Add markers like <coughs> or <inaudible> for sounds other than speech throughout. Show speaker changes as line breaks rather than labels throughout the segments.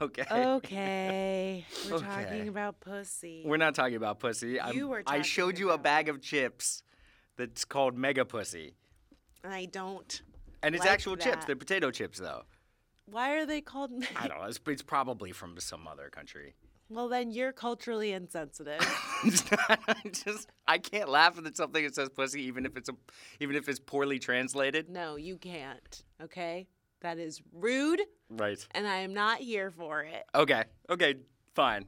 Okay.
Oh, Okay. We're
Okay.
talking about pussy.
<laughs> We're not talking about pussy.
You were
I
talking
showed you a
about-
bag of chips that's called Mega Pussy.
and I don't.
And it's
Like
actual chips.
that.
They're potato chips, though.
Why are they called?
I don't know. It's, it's probably from some other country.
<laughs>
<laughs>
well, then you're culturally insensitive.
It's not- I just I can't laugh at something that says pussy, even if it's a, even if it's poorly translated.
no, you can't. Okay, that is rude,
Right.
and I am not here for it.
Okay. Okay.
<laughs>
Fine.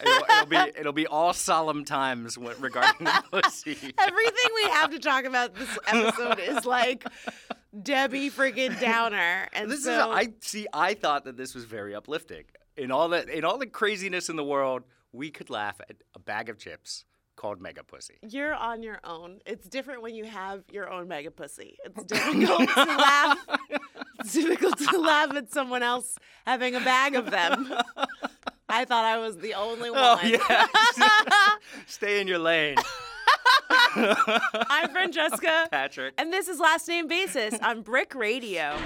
It'll, it'll be it'll be all solemn times when-
<laughs>
regarding the pussy.
Everything we have to talk
<laughs>
about this episode is like Debbie freaking Downer, and
This
so
is I see. I thought that this was very uplifting. In all that in all the craziness in the world, we could laugh at a bag of chips called Mega
<laughs>
Pussy.
you're on your own. It's different when you have your own mega pussy.
<laughs>
It's difficult to laugh. It's difficult to laugh at someone else having a bag
<laughs>
of them. I thought I was the only one.
Oh <laughs> yeah. Stay in your
<laughs>
lane,
I'm
<laughs>
Francesca.
Patrick.
And this is Last Name
<laughs>
Basis on Brick Radio.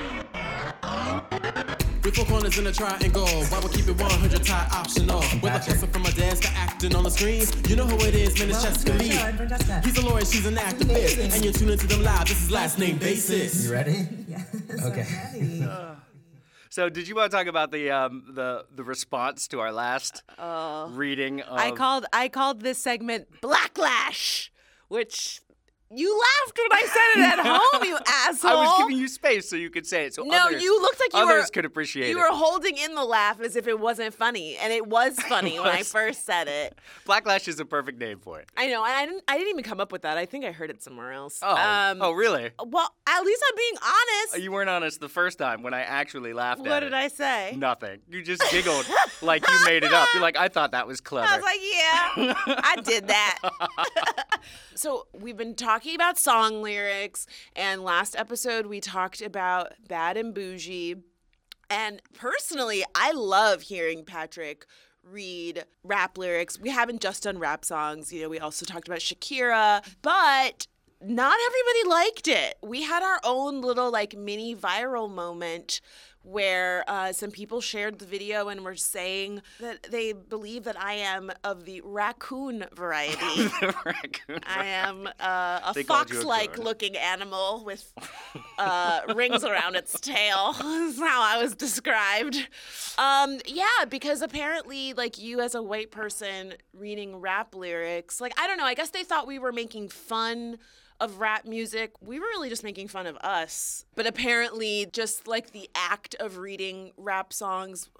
With four corners in a triangle, why we keep it 100 tie optional? Whether hustling from a dance to acting on the screen, you know who it is, man, it's Jessica
to the
Lee.
show, I'm Francesca.
He's a lawyer, she's an activist, and you're tuning to them live. This is last name basis.
You ready?
Yes,
Okay.
already.
So, did you want to talk about the um, the the response to our last reading? Of,
Uh, oh. I called I called this segment Blacklash, which you laughed when I
<laughs>
said it at home, you asshole.
I was giving you space so you could say it. So
no,
others,
you looked like you
others
were
could appreciate
You
it.
were holding in the laugh as if it wasn't funny, and
<laughs>
it was funny when I
was.
first said it.
Blacklash is a perfect name for it.
I know, and I didn't I didn't even come up with that. I think I heard it somewhere else.
Oh,
Um,
oh, really?
well, at least I'm being honest.
You weren't honest the first time when I actually laughed
what
at
did
it.
I say? <laughs>
Nothing. You just giggled like you made it up. You're like, I thought that was clever.
<laughs> I was like, yeah, I did that.
<laughs>
<laughs> so we've been talking about song lyrics, and last episode we talked about bad and bougie. And personally, I love hearing Patrick read rap lyrics. We haven't just done rap songs, you know, we also talked about Shakira, but not everybody liked it. We had our own little like mini viral moment where uh, some people shared the video and were saying that they believe that I am of the raccoon variety.
<laughs> The raccoon. <laughs>
I am uh, a
They called you a
fox-like
goon.
looking animal with uh, rings around its tail. <laughs> Is how I was described. Um, yeah, because apparently, like you as a white person reading rap lyrics, like I don't know. I guess they thought we were making fun of rap music. We were really just making fun of us. But apparently, just like the act of reading rap songs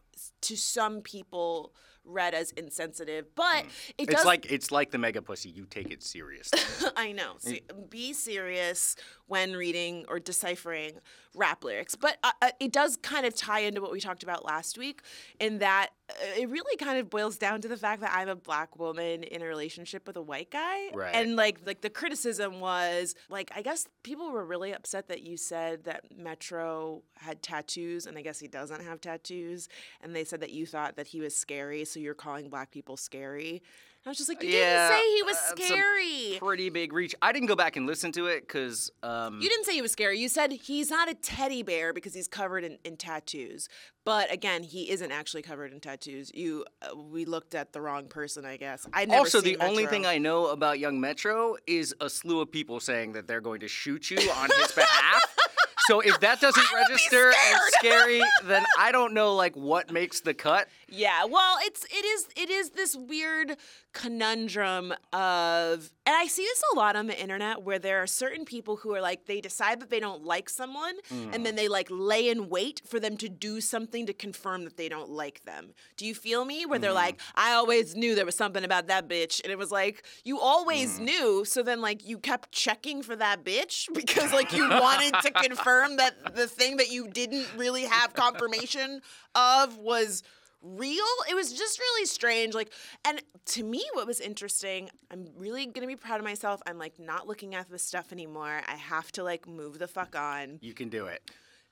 to some people read as insensitive, but it
Hmm. It's
does
like it's like the mega pussy. You take it seriously.
<laughs> I know. Se-
Mm.
be serious when reading or deciphering rap lyrics. But uh, uh, it does kind of tie into what we talked about last week, in that uh, it really kind of boils down to the fact that I'm a black woman in a relationship with a white guy.
Right.
And like, like the criticism was like, I guess people were really upset that you said that Metro had tattoos, and I guess he doesn't have tattoos. And they said that you thought that he was scary, so you're calling black people scary. And I was just like, you
Yeah, uh,
didn't say he was
that's a
scary.
Pretty big reach. I didn't go back and listen to it because um,
You didn't say he was scary. You said he's not a teddy bear because he's covered in, in tattoos. But again, he isn't actually covered in tattoos. You, uh, we looked at the wrong person, I guess. I never
also, the
seen
only
Metro.
thing I know about Young Metro is a slew of people saying that they're going to shoot you on his behalf. So if
<laughs>
that doesn't
would be
register as scary,
<laughs>
then I don't know like what makes the cut.
Yeah, well, it's it is it is this weird conundrum of and I see this a lot on the internet where there are certain people who are like they decide that they don't like someone and then they like lay in wait for them to do something to confirm that they don't like them. Do you feel me? Where they're like, I always knew there was something about that bitch and it was like you always knew, so then like you kept checking for that bitch <laughs> because like you wanted to confirm that the thing that you didn't really have confirmation of was real. It was just really strange. Like, and to me, what was interesting, I'm really gonna be proud of myself. I'm like not looking at this stuff anymore. I have to like move the fuck on.
You can do it.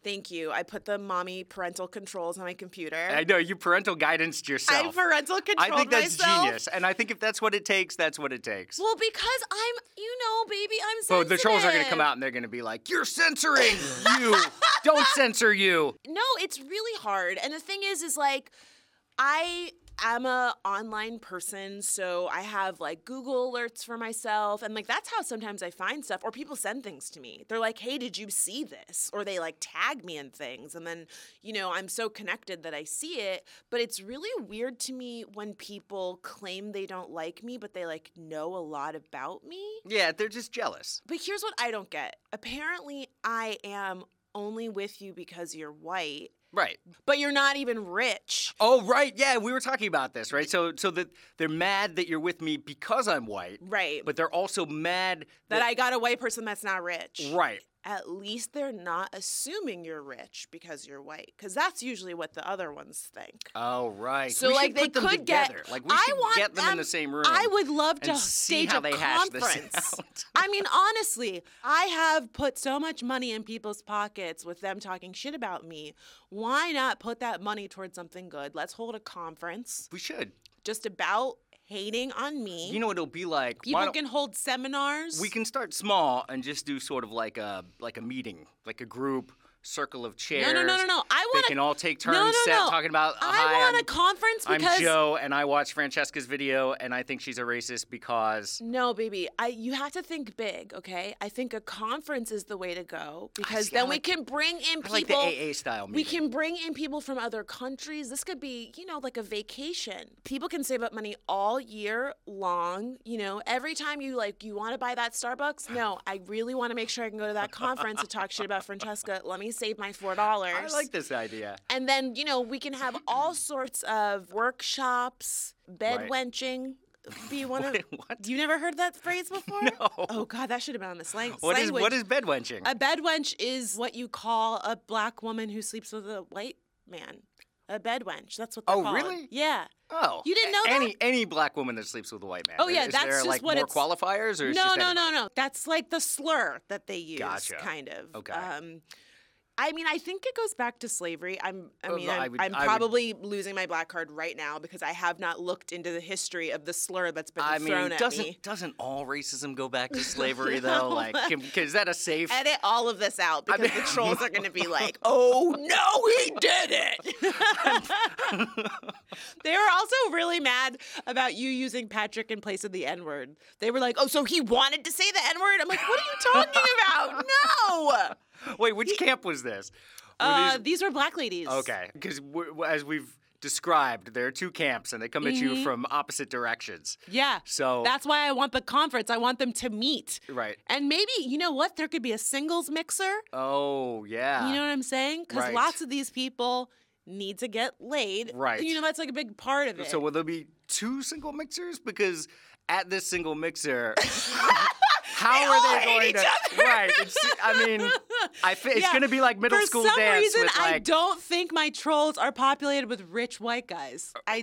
Thank you. I put the mommy parental controls on my computer.
I know you parental guidance
I
yourself.
parental controlled
I think that's
myself.
genius, and I think if that's what it takes, that's what it takes.
Well, because I'm, you know, baby, I'm
So
sensitive.
the trolls are going to come out and they're going to be like, "You're censoring you. Don't censor you."
No, it's really hard. And the thing is, is like, I am a online person, so I have like Google alerts for myself, and like that's how sometimes I find stuff. Or people send things to me. They're like, "Hey, did you see this?" Or they like tag me in things, and then you know I'm so connected that I see it. But it's really weird to me when people claim they don't like me, but they like know a lot about me.
Yeah, they're just jealous.
But here's what I don't get. Apparently, I am only with you because you're white,
Right.
but you're not even rich.
Oh, right. Yeah, we were talking about this, right? So, so that they're mad that you're with me because I'm white,
Right.
but they're also mad
that I got a white person that's not rich.
right.
At least they're not assuming you're rich because you're white, because that's usually what the other ones think.
Oh, right.
So,
we should
like, they
put them
could
together.
get.
Like we
I
should
want
get them, in the same room.
I would love to
and see
stage
how
a
they hash this <laughs>
conference.
out.
I mean, honestly, I have put so much money in people's pockets with them talking shit about me. Why not put that money towards something good? Let's hold a conference
We should.
just about hating on me.
You know what it'll be like? Why
people
don't-
can hold seminars.
We can start small and just do sort of like a like a meeting, like a group circle of chairs.
no, no, no, no. I
They
wanna-
can all take
No,
turns
no,
set
no.
talking about.
I
"Hi,
want
I'm-
a conference
I'm
because
Joe, and I watched Francesca's video, and I think she's a racist because
No, baby. I you have to think big, okay? I think a conference is the way to go because
see, I
then
like-
we can bring in
I
people
like the AA style
We
meeting.
can bring in people from other countries. This could be, you know, like a vacation. People can save up money all year long, you know. Every time you like you want to buy that Starbucks, no, I really want to make sure I can go to that conference to talk
<laughs>
shit about Francesca. Let me save my $4.
I like this idea.
And then, you know, we can have all sorts of workshops, bed
Right.
wenching.
<laughs>
Be one of
Wait, what?
you never heard that
<laughs>
phrase before?
No.
Oh God, that should have been on the slang.
What is
language.
what is bed wenching?
a bed wench is what you call a black woman who sleeps with a white man. A bed wench. That's what. They're
Oh,
called.
really?
Yeah.
oh,
you didn't
a-
know that?
any any black woman that sleeps with a white man.
Oh, yeah,
is
that's
there
just
like
what
more
it's-
qualifiers or is
no,
just
no,
anybody?
no, no. That's like the slur that they use,
Gotcha. Oh,
kind of.
Okay.
Um, I mean, I think it goes back to slavery. I'm, I
Well,
mean,
Oh, I
I'm,
would-
I'm
I would-
probably losing my black card right now because I have not looked into the history of the slur that's been
I
thrown
mean,
at
doesn't
me.
doesn't all racism go back to
<laughs>
slavery though? Like, can, can- is that a safe?
Edit all of this out because
<laughs>
the trolls are going to be like, "Oh no, he did it." <laughs> they were also really mad about you using Patrick in place of the N word. They were like, "Oh, so he wanted to say the N word?" I'm like, "What are you
<laughs>
talking about? No."
Wait, which camp was this? Were
Uh,
these-
these were black ladies.
Okay, because as we've described, there are two camps, and they come at you from opposite directions.
Mm-hmm. Yeah.
So-
that's why I want the conference. I want them to meet.
Right.
And maybe, you know what? There could be a singles mixer.
Oh yeah.
You know what I'm saying? Because
Right.
lots of these people need to get laid.
Right.
You know, that's like a big part of it.
so will there be two single mixers? Because at this single
<laughs>
mixer, how
all
are they
hate
going
each
to? Right. It's, I mean,
<laughs>
I fe- it's
Yeah.
going to be like middle
For
school
some
dance
reason,
with
I
like.
don't think my trolls are populated with rich white guys. I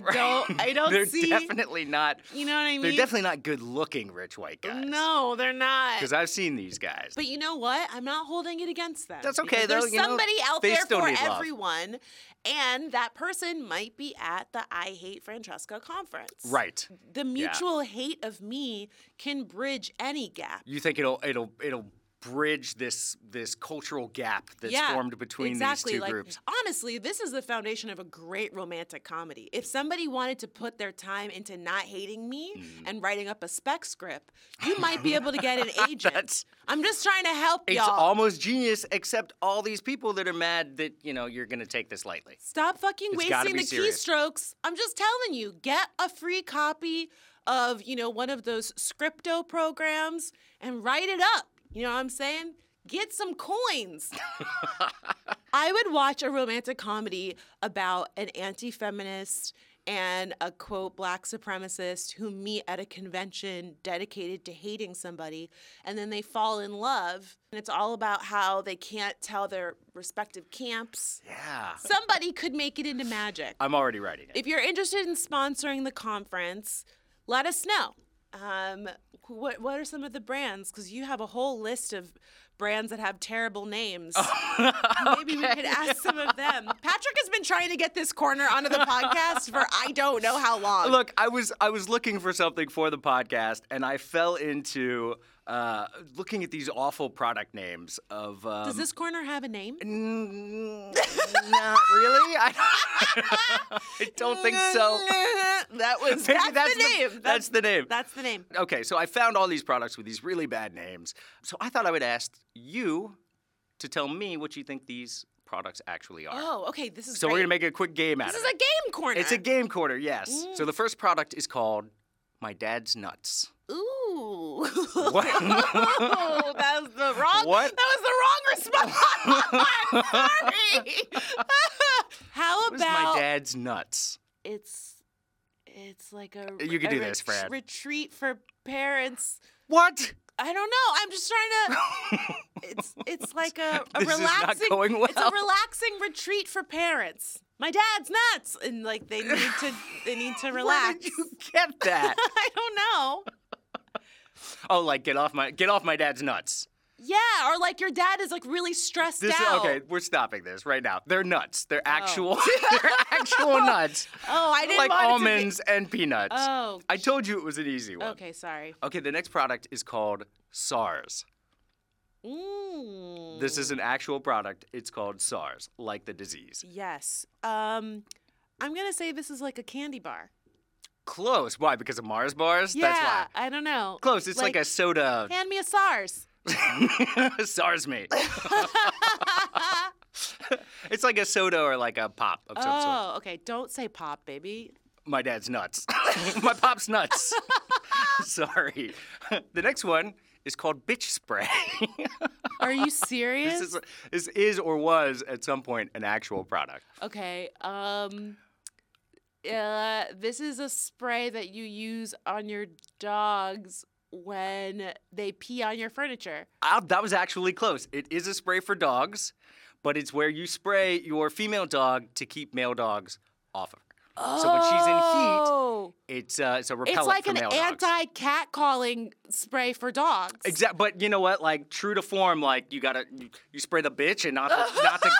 <laughs>
don't. I don't
Uh, they're
see.
definitely not.
you know what I mean?
They're definitely not good-looking rich white guys.
No, they're not.
because I've seen these guys.
But you know what? I'm not holding it against them.
That's
because
okay, though,
There's
you know,
somebody out
they
there
still
for
need love.
everyone, and that person might be at the "I Hate Francesca" conference.
right.
The mutual hate of me can bridge any gap.
You think it'll it'll it'll bridge this this cultural gap that's formed between
exactly.
these two
like,
groups.
Honestly, this is the foundation of a great romantic comedy. If somebody wanted to put their time into not hating me
Mm.
and writing up a spec script, you might be able to get an
<laughs>
agent.
That's-
I'm just trying to help
It's
y'all.
almost genius, except all these people that are mad that you know you're gonna take this lightly.
Stop fucking
It's gotta
wasting
be
the
serious.
keystrokes. I'm just telling you, get a free copy of, you know, one of those scripto programs and write it up. You know what I'm saying? Get
<laughs>
some coins. I would watch a romantic comedy about an anti feminist and a quote black supremacist who meet at a convention dedicated to hating somebody and then they fall in love. And it's all about how they can't tell their respective camps.
Yeah,
Somebody could make it into magic.
I'm already writing it.
If you're interested in sponsoring the conference, let us know. Um, what what are some of the brands? Because you have a whole list of brands that have
<laughs>
terrible names. Maybe we could ask some of them. Patrick has been trying to get this corner onto the podcast for I don't know how long.
Look, I was I was looking for something for the podcast, and I fell into uh, looking at these awful product names of. Um,
Does this corner have a name?
Mm, <laughs> not really. <laughs> I don't, I don't think so.
<laughs> that was
Maybe
that's, the name.
That's, the name.
That's the name.
Okay, so I found all these products with these really bad names. So I thought I would ask you to tell me what you think these products actually are.
Oh, okay. This is
so we're
great.
gonna make a quick game out
This
of
is
it.
a game corner.
It's a game quarter, yes. So the first product is called My Dad's <laughs> Nuts.
Ooh.
What?
Oh, <laughs> that was the wrong.
What?
That was the wrong
<laughs>
response. <laughs> I'm sorry. How
What is My
about
Dad's Nuts?
it's it's like a
Uh, You can
a
do this,
ret-
Fran.
retreat for parents.
What?
I don't know. I'm just trying
<laughs>
to. It's it's like a, a
This is not
relaxing.
going
It's a
well.
relaxing retreat for parents. My dad's nuts, and like they need to they need
<laughs>
to
Where
relax.
did you get that?
<laughs> I don't know.
<laughs> oh, like get off my get off my dad's nuts.
Yeah, or like your dad is like really stressed
This
out.
okay, we're stopping this right now. They're nuts. They're
<laughs>
actual <laughs> they're actual nuts.
Oh, I didn't
like
want
almonds
It
and peanuts.
Oh,
I told you it was an easy
to be...
one.
Okay, sorry.
Okay, the next product is called SARS.
Mm.
This is an actual product. It's called SARS, like the disease.
Yes. Um, I'm gonna say this is like a candy bar.
Close. Why? Because of Mars bars?
Yeah,
That's why.
I don't know.
Close. It's like, a
<laughs>
soda.
hand me
<laughs>
a SARS.
SARS me.
<laughs>
it's like a soda or like a pop of some sort.
Oh, okay. Don't say pop, baby.
My dad's nuts. <laughs> My pop's
<laughs>
nuts. <laughs> Sorry. <laughs> The next one is called bitch spray. <laughs>
Are you serious?
this, is, this is or was at some point an actual product.
Okay. Um. Uh, this is a spray that you use on your dogs when they pee on your furniture.
Ah, that was actually close. It is a spray for dogs, but it's where you spray your female dog to keep male dogs off of her. So when she's in
Oh.
heat, it's uh, it's a repellent
It's like
for
an
male dogs.
anti cat calling spray for dogs.
Exact, but you know what? Like true to form, like you gotta you, you spray the bitch and not
<laughs>
the, not the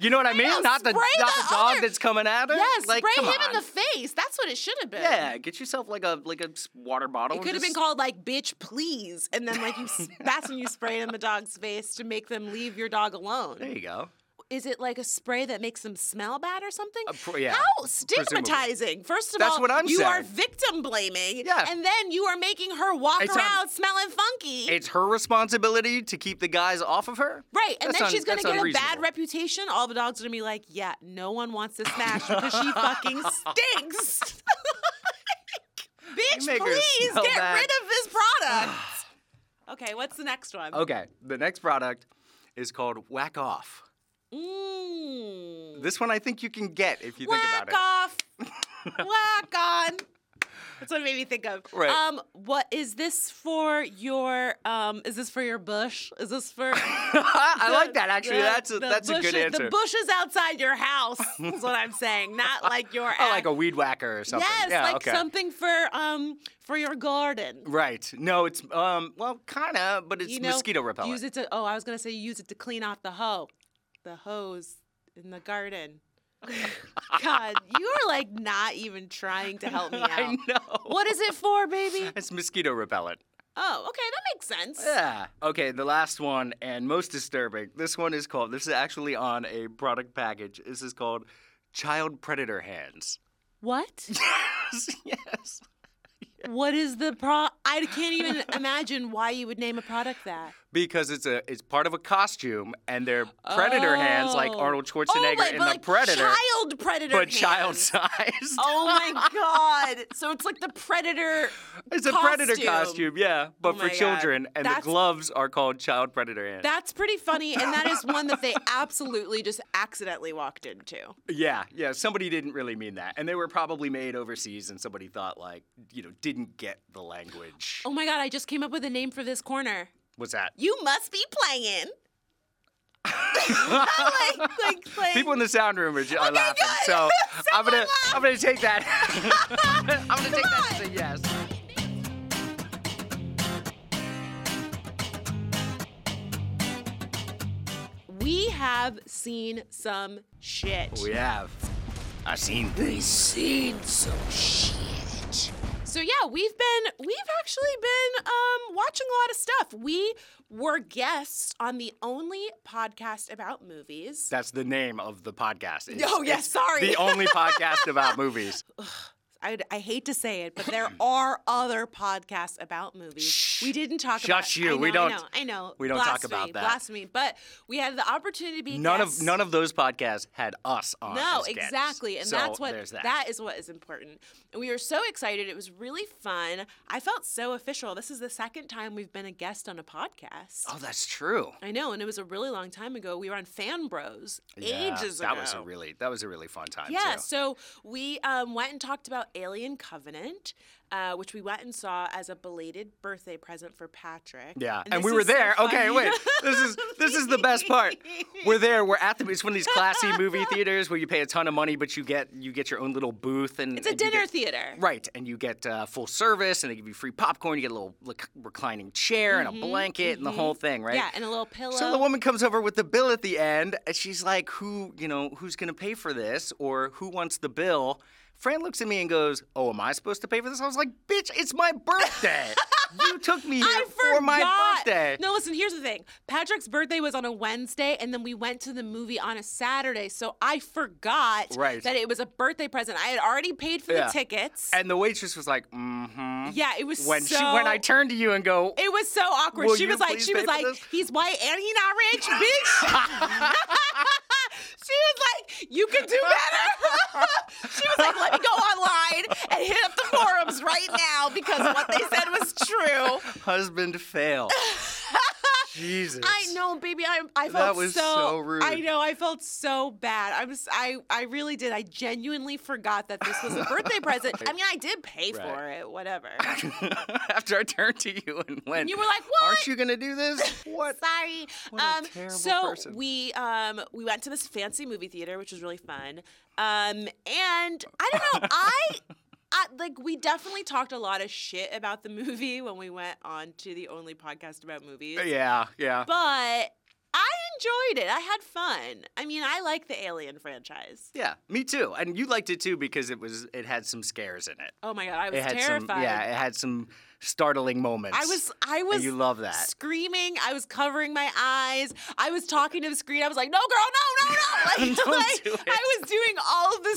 you know what I mean? not the
spray
not
the
the, dog
other-
that's coming at her.
Yeah,
like,
spray
come
him
on.
in the face. That's what it should have been.
yeah. Get yourself like a like a s- water bottle.
It could have been called like "bitch, please," and then like you,
<laughs>
s- that's when you spray it in the dog's face to make them leave your dog
There
alone.
you go.
Is it like a spray that makes them smell bad or something?
pro- yeah,
How
presumably.
stigmatizing! First of
That's
all,
what I'm
you are
saying.
victim blaming,
Yeah.
and then you are making her walk
It's on-
around smelling funky.
It's her responsibility to keep the guys off of her.
Right, and
That's
then
un-
she's gonna
that's
get a bad
unreasonable.
reputation. All the dogs are gonna be like, "Yeah, no one wants this
<laughs>
match because she fucking stinks." <laughs> Bitch,
make her
please
smell
get
bad.
rid of this
<sighs>
product. okay, what's the next one?
Okay, the next product is called Whack Off.
Mm.
This one I think you can get if you think about
Whack
it.
off, whack on. That's what it made me think of.
Right.
Um, what is this for your? Um, is this for your bush? Is
<laughs>
this for?
<laughs> I like that actually.
the-
that's a,
the
that's a
bushes-
good answer.
The bushes outside your house <laughs> is what I'm
<laughs>
saying, not like your.
Oh, like
act-
a weed whacker or something.
Yes,
yeah,
like
okay.
something for um for your garden.
Right. No, it's um well kind of, but it's
you know,
mosquito repellent.
Use it to. Oh, I was gonna say use it to clean off the hoe, the hose in
<laughs>
the garden. God, you are like not even trying to help me out.
<laughs> <laughs> I know.
What is it
<laughs>
for, baby?
It's mosquito repellent.
Oh, okay, that makes sense.
Yeah. Okay, the last one and most disturbing. This one is called this is actually on a product package. This is called Child Predator Hands. <laughs>
What?
yes.
what is the pro? I can't even imagine why you would name a product that.
Because it's a it's part of a costume and they're predator hands like
Oh.
Arnold Schwarzenegger
oh, wait,
in
but
the
like
Predator.
Child predator.
but child
hands.
sized.
Oh my god! So it's like the predator.
<laughs> It's a predator costume, yeah, but
Oh
for
my God.
children, and
That's-
the gloves are called child predator hands.
That's pretty funny, and that is one that they absolutely just accidentally walked into.
yeah, yeah. Somebody didn't really mean that, and they were probably made overseas, and somebody thought like, you know, didn't get the language.
Oh my god! I just came up with a name for this corner.
What's that?
You must be playing. like, like,
<laughs>
playing.
People in the sound room are, ju- are laughing,
good.
so I'm
<laughs> Someone
gonna
laugh.
I'm gonna take that. <laughs> I'm gonna take that as a yes.
We have seen some shit.
We have. I've seen things.
seen some shit. So yeah, we've been we've actually been um, watching a lot of stuff. We were guests on the only podcast about movies.
That's the name of the podcast. It's-
Oh, yeah,
it's
sorry.
The only podcast about
<laughs>
movies.
I, I hate to say
<clears throat>
it, but there are other podcasts about movies. We didn't talk about.
Shush you.
I know,
We
I know.
don't-
I know.
we don't talk about
Blasphemy,
that.
Blasphemy. But we had the opportunity to be
None
guests.
of none of those podcasts had us on.
No,
as guests.
exactly. And
So
that's what
there's
that is what is important. And we were so excited. It was really fun. I felt so official. This is the second time we've been a guest on a podcast.
Oh, that's true.
I know, and it was a really long time ago. We were on Fan Bros
Yeah,
ages ago.
That was a really that was a really fun time.
yeah,
too.
so we um, went and talked about Alien Covenant, uh, which we went and saw as a belated birthday present for Patrick.
Yeah, and,
this
we were
is so
there. okay,
funny. <laughs>
wait. This is this is the best part. We're there. We're at the. It's one of these classy movie
<laughs>
theaters where you pay a ton of money, but you get you get your own little booth and
it's a
and you
dinner
get-
theater.
Right, and you get uh, full service, and they give you free popcorn. You get a little lec- reclining chair and a blanket and the whole thing, right?
Mm-hmm. Yeah, and a little pillow.
So the woman comes over with the bill at the end, and she's like, "Who, you know, who's going to pay for this, or who wants the bill?" Fran looks at me and goes, "Oh, am I supposed to pay for this?" I was like, "Bitch, it's my birthday. you took me here
<laughs> I
for my
forgot.
birthday."
No, listen, here's the thing. Patrick's birthday was on a Wednesday, and then we went to the movie on a Saturday. So I forgot
Right.
that it was a birthday present. I had already paid for
Yeah.
the tickets.
And the waitress was like, "Mm-hmm."
yeah, it was
When
so
she when I turn to you and go,
it was so awkward.
Will
she
you
was like,
please
she was
pay for
like,
this?
he's white and he not rich, bitch.
<laughs>
<laughs> she was like, you can do better. <laughs> she was like, let me go online and hit up the forums right now because what they said was true.
"Husband
<laughs>
fail." Jesus.
I know, baby. I, I felt
That was
so,
so rude.
I know. I felt so bad. I was. I. I really did. I genuinely forgot that this was a
<laughs>
birthday present. I mean, I did pay
Right.
for it.
<laughs>
Whatever.
<laughs> After I turned to you and went,
you were like, "What?"
Aren't you gonna do
<laughs>
this? What?
Sorry. Um,
What a terrible
so
person.
we um we went to this fancy movie theater, which was really fun. Um, and I
<laughs>
don't know. I. I, like we definitely talked a lot of shit about the movie when we went on to the only podcast about movies.
yeah, yeah.
but I enjoyed it. I had fun. I mean, I like the Alien franchise.
Yeah, me too. And you liked it too because it was it had some scares in it.
Oh my god, I was
it had
terrified.
some yeah, it had some startling moments.
I was I was
you love that.
screaming. I was covering my eyes. I was talking to the screen. I was like, "No,
<laughs>
girl, no, no, no!" Like,
Don't
like,
do it.
I was doing all of the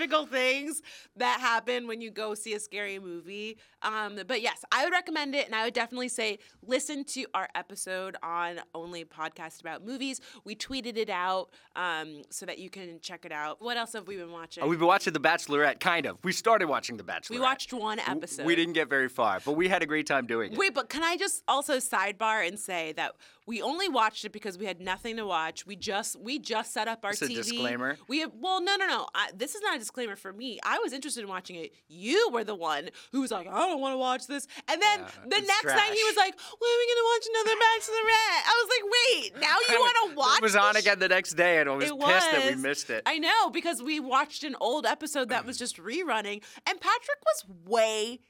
stereotypical things that happen when you go see a scary movie. Um, but yes, I would recommend it, and I would definitely say listen to our episode on Only Podcast about movies. We tweeted it out um, so that you can check it out. What else have we been watching?
Oh, We've been watching The Bachelorette, kind of. We started watching The Bachelorette.
we watched one
W-
episode.
We didn't get very far, but we had a great time doing it.
Wait, but can I just also sidebar and say that we only watched it because we had nothing to watch. We just we just set up our
It's a
TV.
disclaimer.
We have, well, no, no, no. I, this is not a disclaimer for me. I was interested in watching it. You were the one who was like, I don't want to watch this. And then
Yeah,
the
it's
next night he
trash.
was like, When are we gonna watch another Bachelorette? I was like,
<laughs>
Wait, now you want to watch?
It was
this
on
sh-
again the next day, and I was
it was.
pissed that we missed it.
I know because we watched an old episode that was just rerunning, and Patrick was way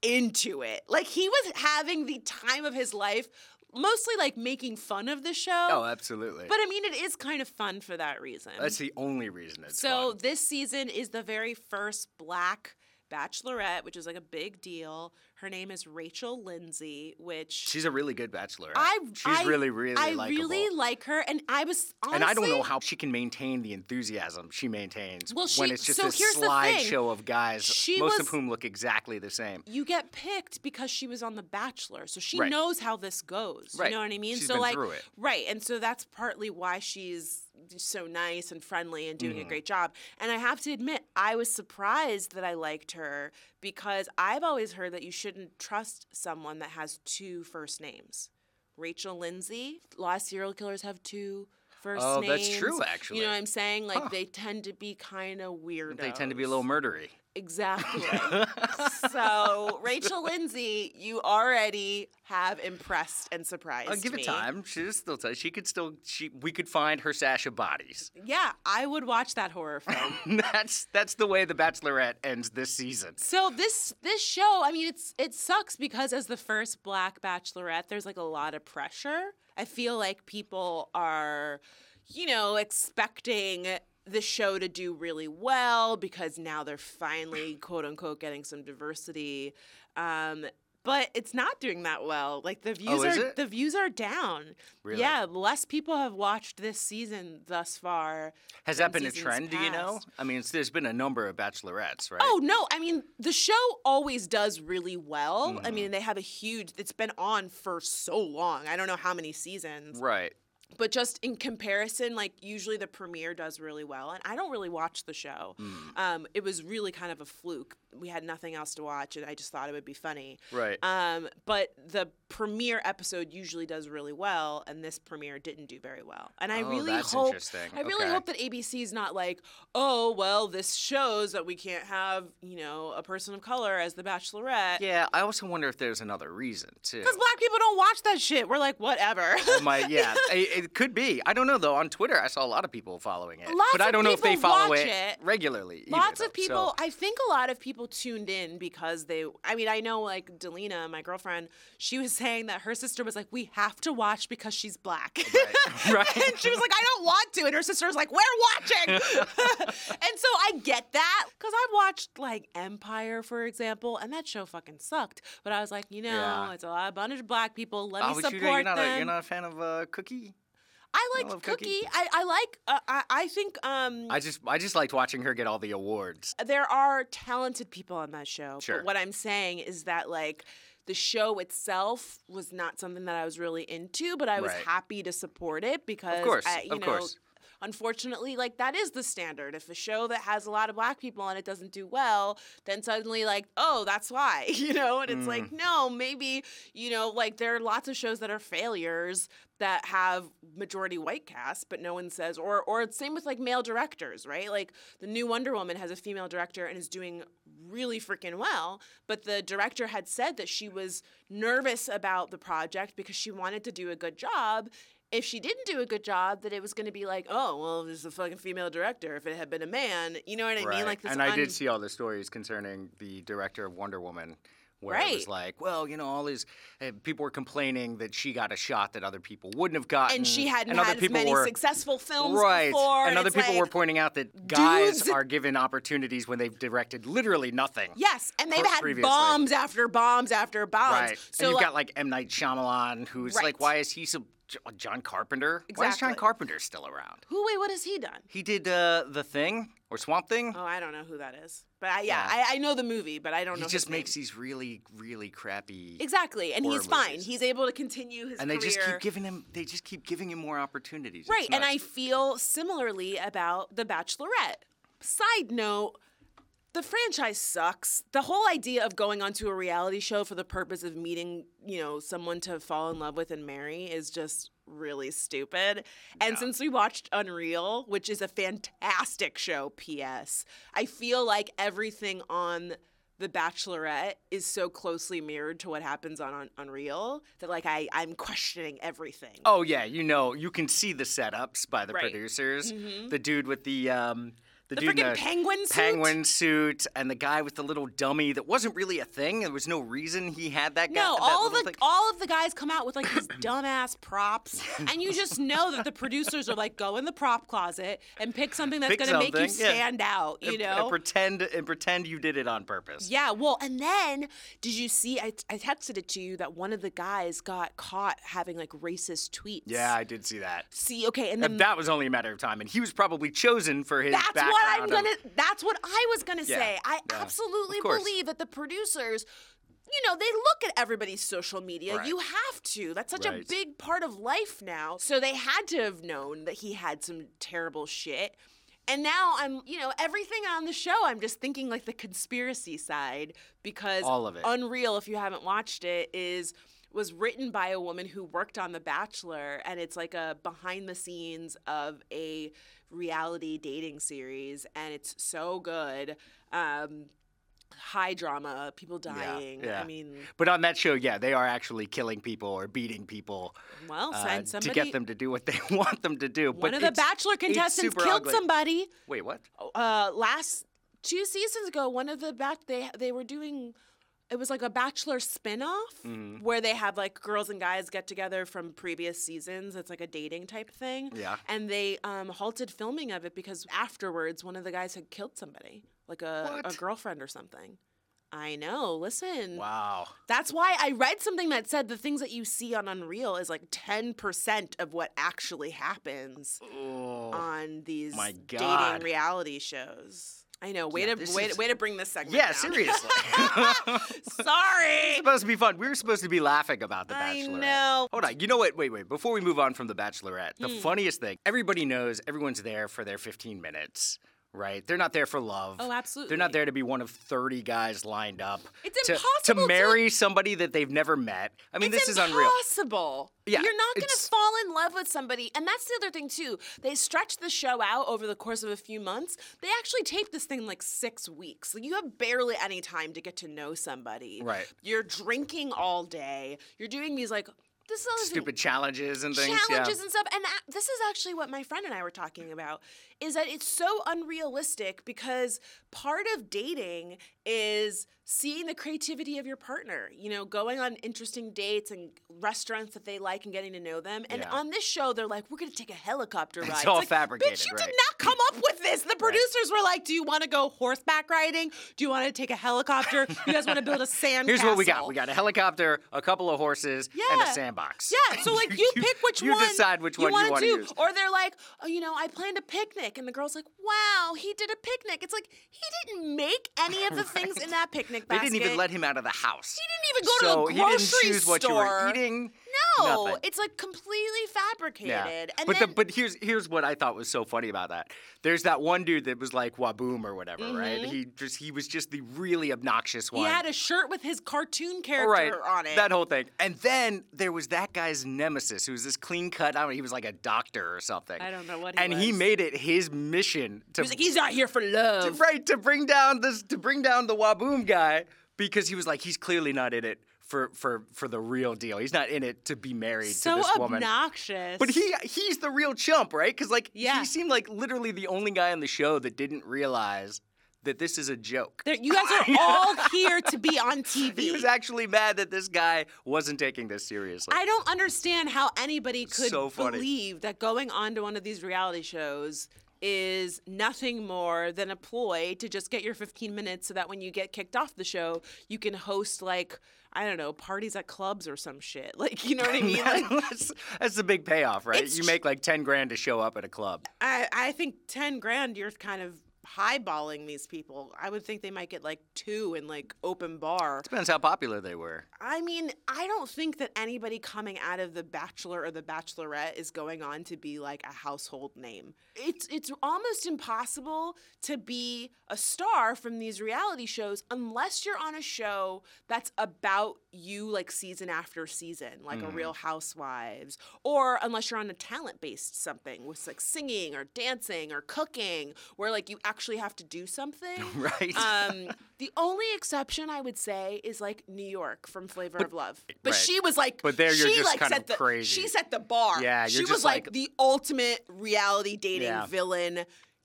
into it. Like he was having the time of his life, mostly like making fun of the show.
oh, absolutely.
But I mean, it is kind of fun for that reason.
That's the only reason it's
so
fun.
this season is the very first black. Bachelorette, which is like a big deal. Her name is Rachel Lindsay, which
She's a really good bachelorette.
I
She's
I-
really, really
I
likable.
really like her, and I was honestly,
and I don't know how she can maintain the enthusiasm she maintains
Well,
when
she-
it's just
so
a
here's the thing.
slideshow of guys,
She
most
was-
of whom look exactly the same.
you get picked because she was on The Bachelor, so she
Right.
knows how this goes.
Right.
You know what I mean?
She's
so
been
like,
through it.
right, and so that's partly why she's so nice and friendly and
Mm-hmm.
doing a great job. And I have to admit, I was surprised that I liked her because I've always heard that you shouldn't trust someone that has two first names. Rachel Lindsay. A lot of serial killers have two first
Oh,
names.
that's true,
You
actually.
know what I'm saying? Like they tend to be kind of weird.
They tend to be a little murdery. <laughs>
Exactly. so, Rachel Lindsay, you already have impressed and surprised
I'll Oh, give
me.
it time. She was still t- she could still she we could find her sash of bodies. <laughs>
Yeah, I would watch that horror film.
that's that's the way the Bachelorette ends this season.
so this this show, I mean, it's it sucks because as the first Black Bachelorette, there's like a lot of pressure. I feel like people are you know, expecting the show to do really well because now they're finally, quote unquote, getting some diversity. Um, but it's not doing that well. Like the views
Oh, is
are
it?
the views are down.
Really?
Yeah, less people have watched this season thus far.
Has that
than
been a
seasons
trend? Do you know?
past.
I mean, it's, there's been a number of bachelorettes, right?
Oh no! I mean, the show always does really well. I mean, they have a huge. It's been on for so long. I don't know how many seasons,
right.
but just in comparison, like usually the premiere does really well, and I don't really watch the show. Um, it was really kind of a fluke. We had nothing else to watch, and I just thought it would be funny.
Right.
Um, but the premiere episode usually does really well, and this premiere didn't do very well. And I
Oh,
really
that's
hope
interesting.
I really
Okay.
hope that ABC is not like, oh well, this shows that we can't have you know a person of color as the Bachelorette.
Yeah, I also wonder if there's another reason too.
Because black people don't watch that shit. We're
<laughs>
like, whatever.
My yeah, it, it could be. I don't know though. On Twitter, I saw a lot of people following it,
Lots
but I
of
don't know if they
people
follow
watch
it,
it.
regularly. either,
<laughs> Lots
though,
of people.
So,
I think a lot of people tuned in because they. I mean, I know like Delina, my girlfriend. She was <laughs> saying that her sister was like, "We have to watch because she's black."
<laughs> Right, <laughs>
<laughs>
right.
and she was like, "I don't want to," and her sister was like, "We're watching." <laughs> and so I get that because I've watched like Empire, for example, and that show fucking sucked. But I was like, you know,
Yeah.
it's a lot of bunch of black people. Let
oh,
me
but
support
you, are not
them.
a, you're not a fan of uh, Cookie.
I like
love
Cookie.
Cookie.
I, I like. Uh, I I think. Um,
I just I just liked watching her get all the awards.
there are talented people on that show.
Sure.
But what I'm saying is that like the show itself was not something that I was really into, but I was
Right.
happy to support it because
course,
I, uh, you
of
know,
course.
unfortunately, like that is the standard. If a show that has a lot of black people and it doesn't do well, then suddenly like, oh, that's why, <laughs> you know? And it's like, no, maybe, you know, like there are lots of shows that are failures that have majority white cast, but no one says or or it's same with like male directors, right? Like the new Wonder Woman has a female director and is doing really freaking well, but the director had said that she was nervous about the project because she wanted to do a good job if she didn't do a good job, that it was going to be like, oh, well, there's a fucking female director. If it had been a man, you know what I mean? Like this.
and I
un-
did see all the stories concerning the director of Wonder Woman, where it was
Right.
like, well, you know, all these uh, people were complaining that she got a shot that other people wouldn't have gotten,
and she hadn't
Mm. and other
had as
people
many
were,
successful films
right,
before.
and other
it's
people were
like-
pointing out that guys
dudes-
are given opportunities when they've directed literally nothing.
Yes, and they've
Pre-
had
previously.
bombs after bombs after bombs.
Right.
So
and you've
like,
got like M Night Shyamalan, who's
Right.
like, why is he so J- John Carpenter? Why is John
Exactly.
Carpenter still around?
who? Wait, what has he done?
He did uh, the Thing or Swamp Thing.
Oh, I don't know who that is. But I, yeah,
Yeah.
I, I know the movie, but I don't
he
know. his
just
name.
makes these really, really crappy.
exactly, and
horror
he's fine.
movies.
He's able to continue his
And they just
career.
keep giving him. They just keep giving him more opportunities. It's
Right, and I
nuts.
feel similarly about The Bachelorette. Side note, the franchise sucks. The whole idea of going onto a reality show for the purpose of meeting, you know, someone to fall in love with and marry is just really stupid. And since we watched Unreal, which is a fantastic show, PS, I feel like everything on the Bachelorette is so closely mirrored to what happens on, on Unreal that like I I'm questioning everything.
Oh yeah, you know, you can see the setups by the
Right. Mm-hmm.
producers. The dude with the um, the, dude in
freaking penguin suit?
penguin suit, and the guy with the little dummy that wasn't really a thing. There was no reason he had that guy.
No,
that
all
little
the
thing.
all of the guys come out with like these <coughs> dumbass props, and you just know that the producers are like, go in the prop closet and pick something that's
Pick
going to make you
something, yeah.
stand out. You
and,
know,
and pretend and pretend you did it on purpose.
yeah, well, and then did you see? I, I texted it to you that one of the guys got caught having like racist tweets.
Yeah, I did see that.
See, okay, and then
And that was only a matter of time, and he was probably chosen for his
Mm. that's
background.
what I'm
of-
gonna. That's what I was gonna
Yeah,
say. I
yeah, of
absolutely
course.
believe that the producers, you know, they look at everybody's social media.
Right.
You have to. That's such a
Right.
big part of life now. So they had to have known that he had some terrible shit. And now I'm, you know, everything on the show, I'm just thinking like the conspiracy side because
All of it.
Unreal, if you haven't watched it, is was written by a woman who worked on The Bachelor, and it's like a behind the scenes of a reality dating series, and it's so good. Um, high drama, people dying.
yeah.
I mean,
But on that show, yeah, they are actually killing people or beating people
well,
uh,
send
to
somebody.
get them to do what they <laughs> want them to do.
one of the Bachelor contestants killed
somebody.
somebody.
Wait, what?
uh, last two seasons ago, one of the back they they were doing it was like a bachelor spin-off
Mm-hmm.
where they have like girls and guys get together from previous seasons it's like a dating type thing
Yeah.
and they um, halted filming of it because afterwards one of the guys had killed somebody like a, a
What?
girlfriend or something i know listen
Wow.
that's why i read something that said the things that you see on unreal is like 10% of what actually happens on these
Oh my
dating
God.
reality shows I know. Way to
this
way, to
is-
way to bring this segment.
Yeah,
down. <laughs>
seriously.
Sorry.
supposed to be fun. We were supposed to be laughing about The
I
Bachelorette.
know. Hmm.
Hold on. You know what? Wait, wait. Before we move on from The Bachelorette, the funniest thing everybody knows everyone's there for their 15 minutes, right? They're not there for love.
Oh, absolutely.
They're not there to be one of 30 guys lined up.
It's
to-
impossible to-
To marry somebody that they've never met. I mean,
it's
this is unreal.
impossible. Yeah,
Yeah,
You're not going to
it's-
fall in love with somebody. And that's the other thing, too. They stretched the show out over the course of a few months. They actually taped this thing like six weeks. Like, you have barely any time to get to know somebody.
Right.
You're drinking all day. You're doing these, like, this is all this-
Stupid challenges and things.
challenges
yeah.
and stuff. And that, this is actually what my friend and I were talking about is that it's so unrealistic because part of dating is seeing the creativity of your partner, you know, going on interesting dates and restaurants that they like and getting to know them. And
Yeah.
on this show, they're like, we're going to take
<laughs>
a helicopter ride.
all
like,
fabricated,
Bitch, you did
right."
not come up with this. The producers were like, do you want to go horseback riding? Do you want to take a helicopter? You guys want to build a
<laughs>
sand
Here's what we got.
castle?"
We got a helicopter, a couple of horses, and a
Yeah.
sandbox.
Yeah,
<laughs>
so like you, pick which
you
one
decide which one you
wanna
wanna
do.
use.
Or they're like, oh, you know, I planned a picnic, and the girl's like, wow, he did a picnic. It's like he didn't make any of the things in that picnic
<laughs> They
basket.
didn't even let him out of the house.
He didn't even go
so
to the
he
grocery
didn't choose
store.
what you were eating.
No,
Nothing.
it's like completely fabricated. And
but
then,
the, but here's here's what I thought was so funny about that. There's that one dude that was like Waboom or whatever, right? He just he was just the really obnoxious
Mm-hmm. he
one. Oh,
had a shirt with his cartoon character
right
on it.
that whole thing. And then there was that guy's nemesis, who was this clean cut. I don't know. He was like a doctor or something.
I don't know what he
And he
was.
made it his mission to
He was like, he's not here for
<laughs>
love.
right to bring down this to bring down the Waboom guy because he was like he's clearly not in it for for for the real deal. He's not in it to be married
so
to this woman.
obnoxious.
But he he's the real chump, right? Because like
Yeah.
he seemed like literally the only guy on the show that didn't realize that this is a joke.
There-
<laughs>
you guys are all here to be on TV.
He was actually mad that this guy wasn't taking this seriously. <laughs>
I don't understand how anybody could
So funny.
believe that going on to one of these reality shows is nothing more than a ploy to just get your 15 minutes so that when you get kicked off the show, you can host like I don't know, parties at clubs or some shit. <laughs> Like, you know what I mean?
<laughs>
Like,
that's, that's the big payoff, right?
It's
You
tr-
make like ten grand to show up at a club.
I I think 10 grand you're kind of highballing these people. I would think they might get like 2 in like open bar.
Depends how popular they were.
I mean, I don't think that anybody coming out of The Bachelor or The Bachelorette is going on to be like a household name. It's it's almost impossible to be a star from these reality shows unless you're on a show that's about you like season after season, like a Real Housewives, or unless you're on a talent-based something with like singing or dancing or cooking where like you actually have to do something.
Right.
Um, the only exception I would say is like New York from Flavor of Love, but
eh, right.
she was like,
But there you're
she
just
like
kind
set
of
the,
crazy.
She set the bar.
Yeah,
she
you're
was
just
like,
like-
the ultimate reality dating
Yeah.
villain.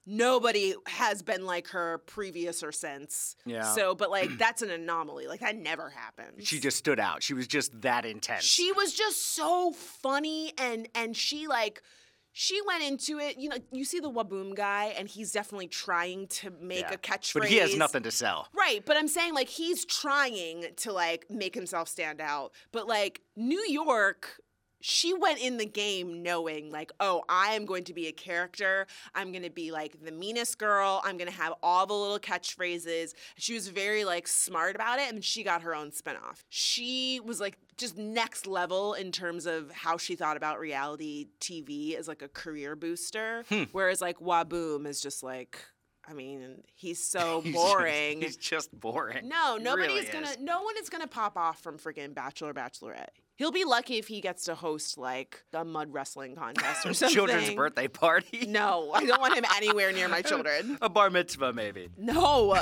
Nobody has been like her previous or since.
Yeah.
So, but like that's an anomaly. Like that never happens.
She just stood out. She was just that intense.
She was just so funny and and she like she went into it, you know, you see the Waboom guy and he's definitely trying to make
Yeah.
a catchphrase.
But he has nothing to sell.
Right, but I'm saying like he's trying to like make himself stand out. But like New York, she went in the game knowing like, oh, I am going to be a character. I'm going to be like the meanest girl. I'm going to have all the little catchphrases. She was very like smart about it and she got her own spinoff. She was like just next level in terms of how she thought about reality TV as like a career booster,
Hmm.
whereas like Waboom is just like I mean, he's
<laughs>
so
He's just-
boring.
He's just boring.
no,
He
nobody's
really
gonna.
is.
No one is gonna pop off from freaking Bachelor Bachelorette. He'll be lucky if he gets to host like a mud wrestling contest or something.
<laughs> Children's birthday party. <laughs>
No, I don't want him anywhere near my children.
A bar mitzvah, maybe.
No.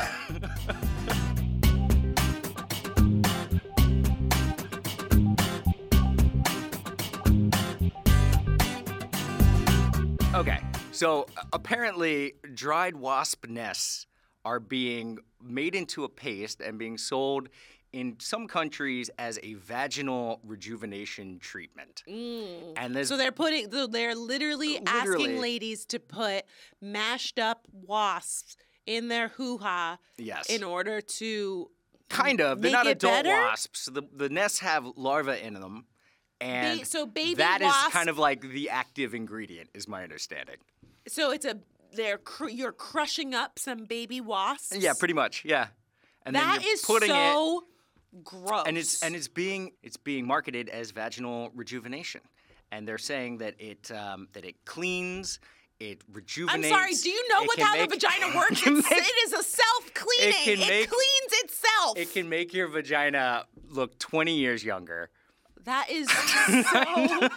Okay. So uh, apparently, dried wasp nests are being made into a paste and being sold in some countries as a vaginal rejuvenation treatment. And this
Mm. So they're putting, so they're literally,
Literally.
asking ladies to put mashed up wasps in their hoo ha
Yes.
in order to.
kind of they're
make
not
it
adult
better?
wasps. The the nests have larvae in them. And
so baby
that is
wasp-
kind of like the active ingredient, is my understanding.
So it's a, they're, cr- you're crushing up some baby wasps.
Yeah, pretty much. Yeah, and
That
then you're
is
putting it,
so gross.
and it's and it's being it's being marketed as vaginal rejuvenation, and they're saying that it um, that it cleans, it
I'm
rejuvenates.
sorry. Do you know
it
what
can
how
make- <laughs>
the vagina works?
can
It's-
make-
it is a self
can
cleaning. It,
make-
cleans itself.
It can make your vagina look 20 years younger.
that
<laughs>
is so.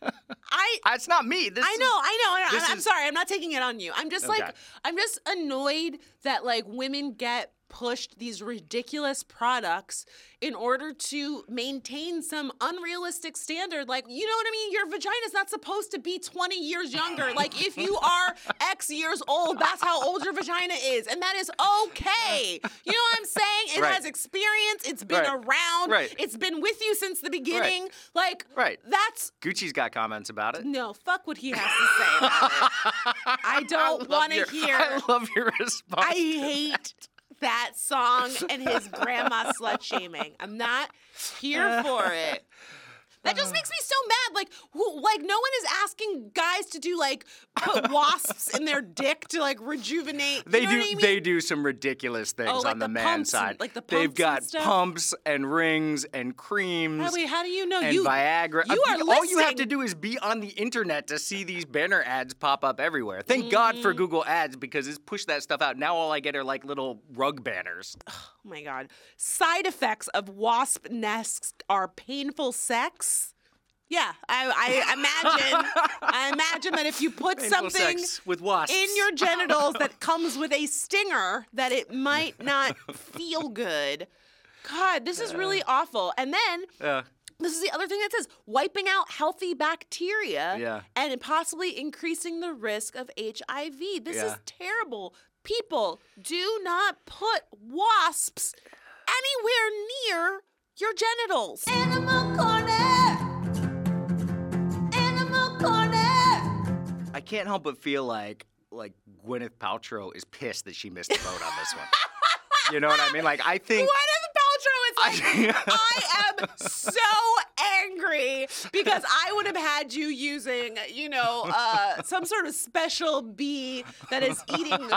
<laughs> I
Uh, It's not me. This
I
is-
know, I know. and
this
I, I'm
is-
sorry. I'm not taking it on you. I'm just
Okay.
like, I'm just annoyed that like women get pushed these ridiculous products in order to maintain some unrealistic standard. Like, you know what I mean? Your vagina's not supposed to be 20 years
<laughs>
younger. Like, if you are X years old, that's how old your vagina is. And that is okay. You know what I'm saying? It
Right.
has experience. It's been
Right.
around.
Right.
It's been with you since the beginning. Like,
Right.
that's
Gucci's got comments about it.
no, fuck what he has to say about
<laughs>
it. I don't want to hear.
I
I,
love your response.
hate that
<laughs>
song and his grandma slut shaming. I'm not
Uh.
here for it. That just makes me so mad. Like, who, like no one is asking guys to do like
<laughs>
put wasps in their dick to like rejuvenate.
They
you know
do.
What I mean? Oh,
They do some ridiculous things
like
on the,
the
man
pumps and-
side.
like the pumps
They've
and
got
stuff?
pumps and rings and creams.
How, wait, how do you know
and
you
Viagra.
You
I
are
mean, all you have to
listing-
do is be on the internet to see these banner ads pop up everywhere. Thank God for
Mm-hmm.
Google Ads because it's pushed that stuff out. Now all I get are like little rug banners.
Oh my god. Side effects of wasp nests are painful sex. Yeah, I,
<laughs>
I imagine. I imagine that if you put
Painful
something
sex with wasps.
in
<laughs>
your genitals that comes with a stinger, that it might
<laughs>
not feel good. God, this is really awful. And then
Yeah.
this is the other thing that says wiping out healthy bacteria
Yeah.
and possibly increasing the risk of HIV. This
Yeah.
is terrible. People, do not put wasps anywhere near your genitals.
Animal Corner! Animal Corner!
I can't help but feel like like Gwyneth Paltrow is pissed that she missed the boat on this one. You know what I mean? Like I think.
Gwyneth Paltrow is like,
<laughs> I-
I am so angry because I would have had you using, you know, uh, some sort of special bee that is eating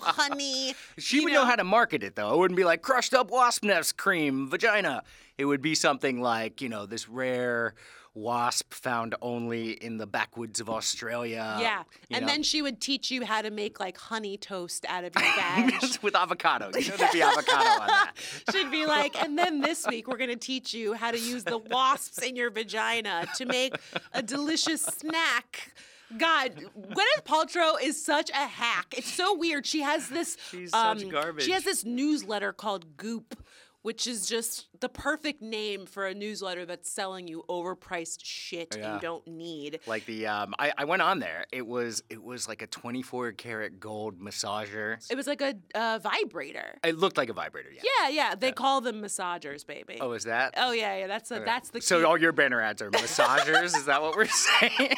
<laughs>
honey.
She
you
would know. how to market it, though. It wouldn't be like crushed up wasp nest cream vagina. It would be something like, you know, this rare wasp found only in the backwoods of Australia.
Yeah.
Um, you
and
know. <laughs>
then she would teach you how to make like honey toast out of your bag.
Just with avocado. You know, there'd be avocado on
<laughs>
that.
She'd be like, and then this week we're going to teach you how to use the wasps in your vagina to make a delicious snack. God, Gwyneth Paltrow is such a hack. It's so weird. She has this. um,
She's such garbage.
She has this newsletter called Goop, which is just the perfect name for a newsletter that's selling you overpriced shit
Yeah.
you don't need.
Like the, um, I, I went on there. It was, it was like a 24 karat gold massager.
It was like a uh, vibrator.
It looked like a vibrator. Yeah.
Yeah, yeah. They call them massagers, baby.
Oh, is that?
Oh, yeah, yeah. That's the that's the
So
key.
all your banner ads are massagers. is that what we're <laughs>
<laughs>
saying?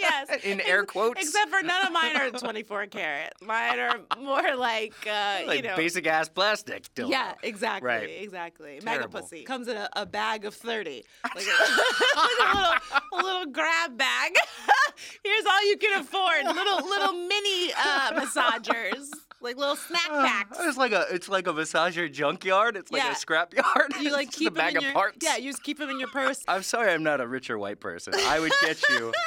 yes.
<laughs> In air
Ex-
quotes.
Except for none of
<laughs>
mine are 24 karat. Mine are more like,
<laughs>
uh,
like
you know.
basic ass plastic. Dildo.
yeah, exactly,
Right.
exactly. Mega
Terrible.
pussy comes in a, a bag of thirty,
<laughs>
like a, <laughs> like a little, a little grab bag. <laughs> Here's all you can afford: little, little
<laughs>
mini uh, massagers, like little snack packs.
Uh, It's like a it's like a massager junkyard. It's like
Yeah.
a scrap yard.
You
<laughs>
like
it's
keep
the
them
bag
in
of
your
parts.
yeah. You just keep them in your purse.
I'm sorry, I'm not a richer white person. I would get you.
<laughs>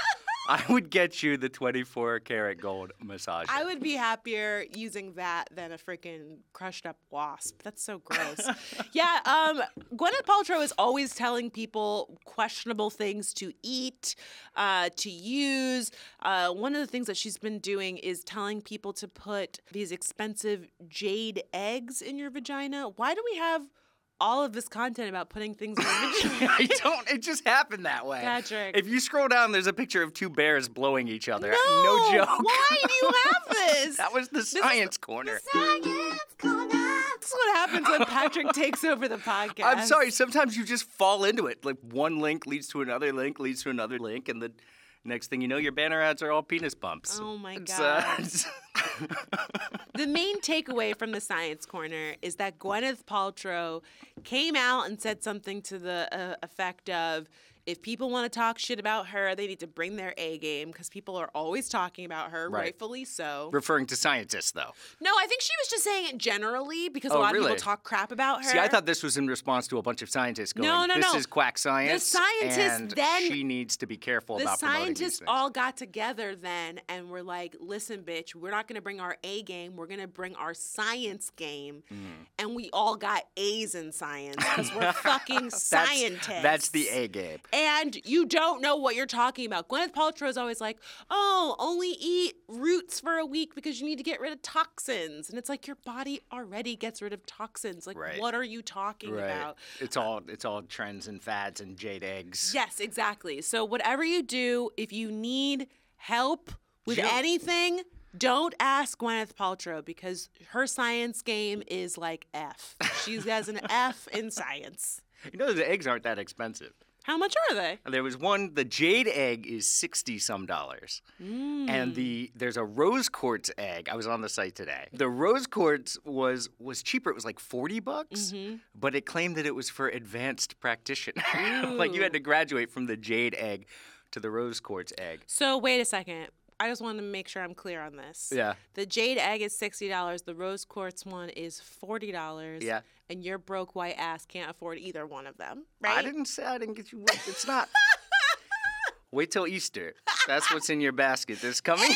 I would get you the 24 karat gold massager.
I would be happier using that than a freaking crushed up wasp. That's so
<laughs>
gross. yeah, um, Gwyneth Paltrow is always telling people questionable things to eat, uh, to use. Uh, one of the things that she's been doing is telling people to put these expensive jade eggs in your vagina. Why do we have all of this content about putting things in your
<laughs>
vagina?
<laughs> I don't. It just happened that way.
Patrick.
If you scroll down, there's a picture of two bears blowing each other. No, joke. <laughs>
Why do you have this?
That was the science corner.
Science Corner!
That's what happens when Patrick takes over the podcast.
I'm sorry. Sometimes you just fall into it. Like one link leads to another link leads to another link, and the next thing you know, your banner ads are all penis bumps.
Oh
<laughs>
my
It's, uh,
God.
it's-
The main takeaway from the science corner is that Gwyneth Paltrow came out and said something to the uh, effect of if people want to talk shit about her, they need to bring their A game because people are always talking about her,
Right.
rightfully so.
referring to scientists, though.
No, I think she was just saying it generally because
Oh,
a lot of
really?
people talk crap about her.
See, I thought this was in response to a bunch of scientists going,
No, no,
"This
no.
is quack science."
scientists
and
then-
she needs to be careful
The
about promoting these
scientists
things."
all got together then and were like, listen, bitch, we're not going to bring our A game. We're going to bring our science game.
Mm-hmm.
And we all got A's in science
<laughs>
because we're fucking
That's-
scientists.
That's the A game.
and you don't know what you're talking about. Gwyneth Paltrow is always like, "Oh, only eat roots for a week because you need to get rid of toxins," and it's like your body already gets rid of toxins. Like,
Right.
what are you talking about?
It's all it's all trends and fads and jade eggs.
Yes, exactly. So whatever you do, if you need help with
Jill-
anything. Don't ask Gwyneth Paltrow because her science game is like F. She
<laughs>
has an F in science.
You know the eggs aren't that expensive.
How much are they?
There was one. The jade egg is sixty some dollars, and the there's a rose quartz egg. I was on the site today. The rose quartz was was cheaper. It was like forty bucks, but it claimed that it was for advanced practitioner. <laughs> like you had to graduate from the jade egg to the rose quartz egg.
So wait a second. I just wanted to make sure I'm clear on this.
Yeah.
The jade egg is sixty dollars. The rose quartz one is forty dollars.
Yeah.
And your broke white ass can't afford either one of them,
I
right?
didn't say I didn't get you. One. It's not. Wait till Easter. That's what's in your basket this coming.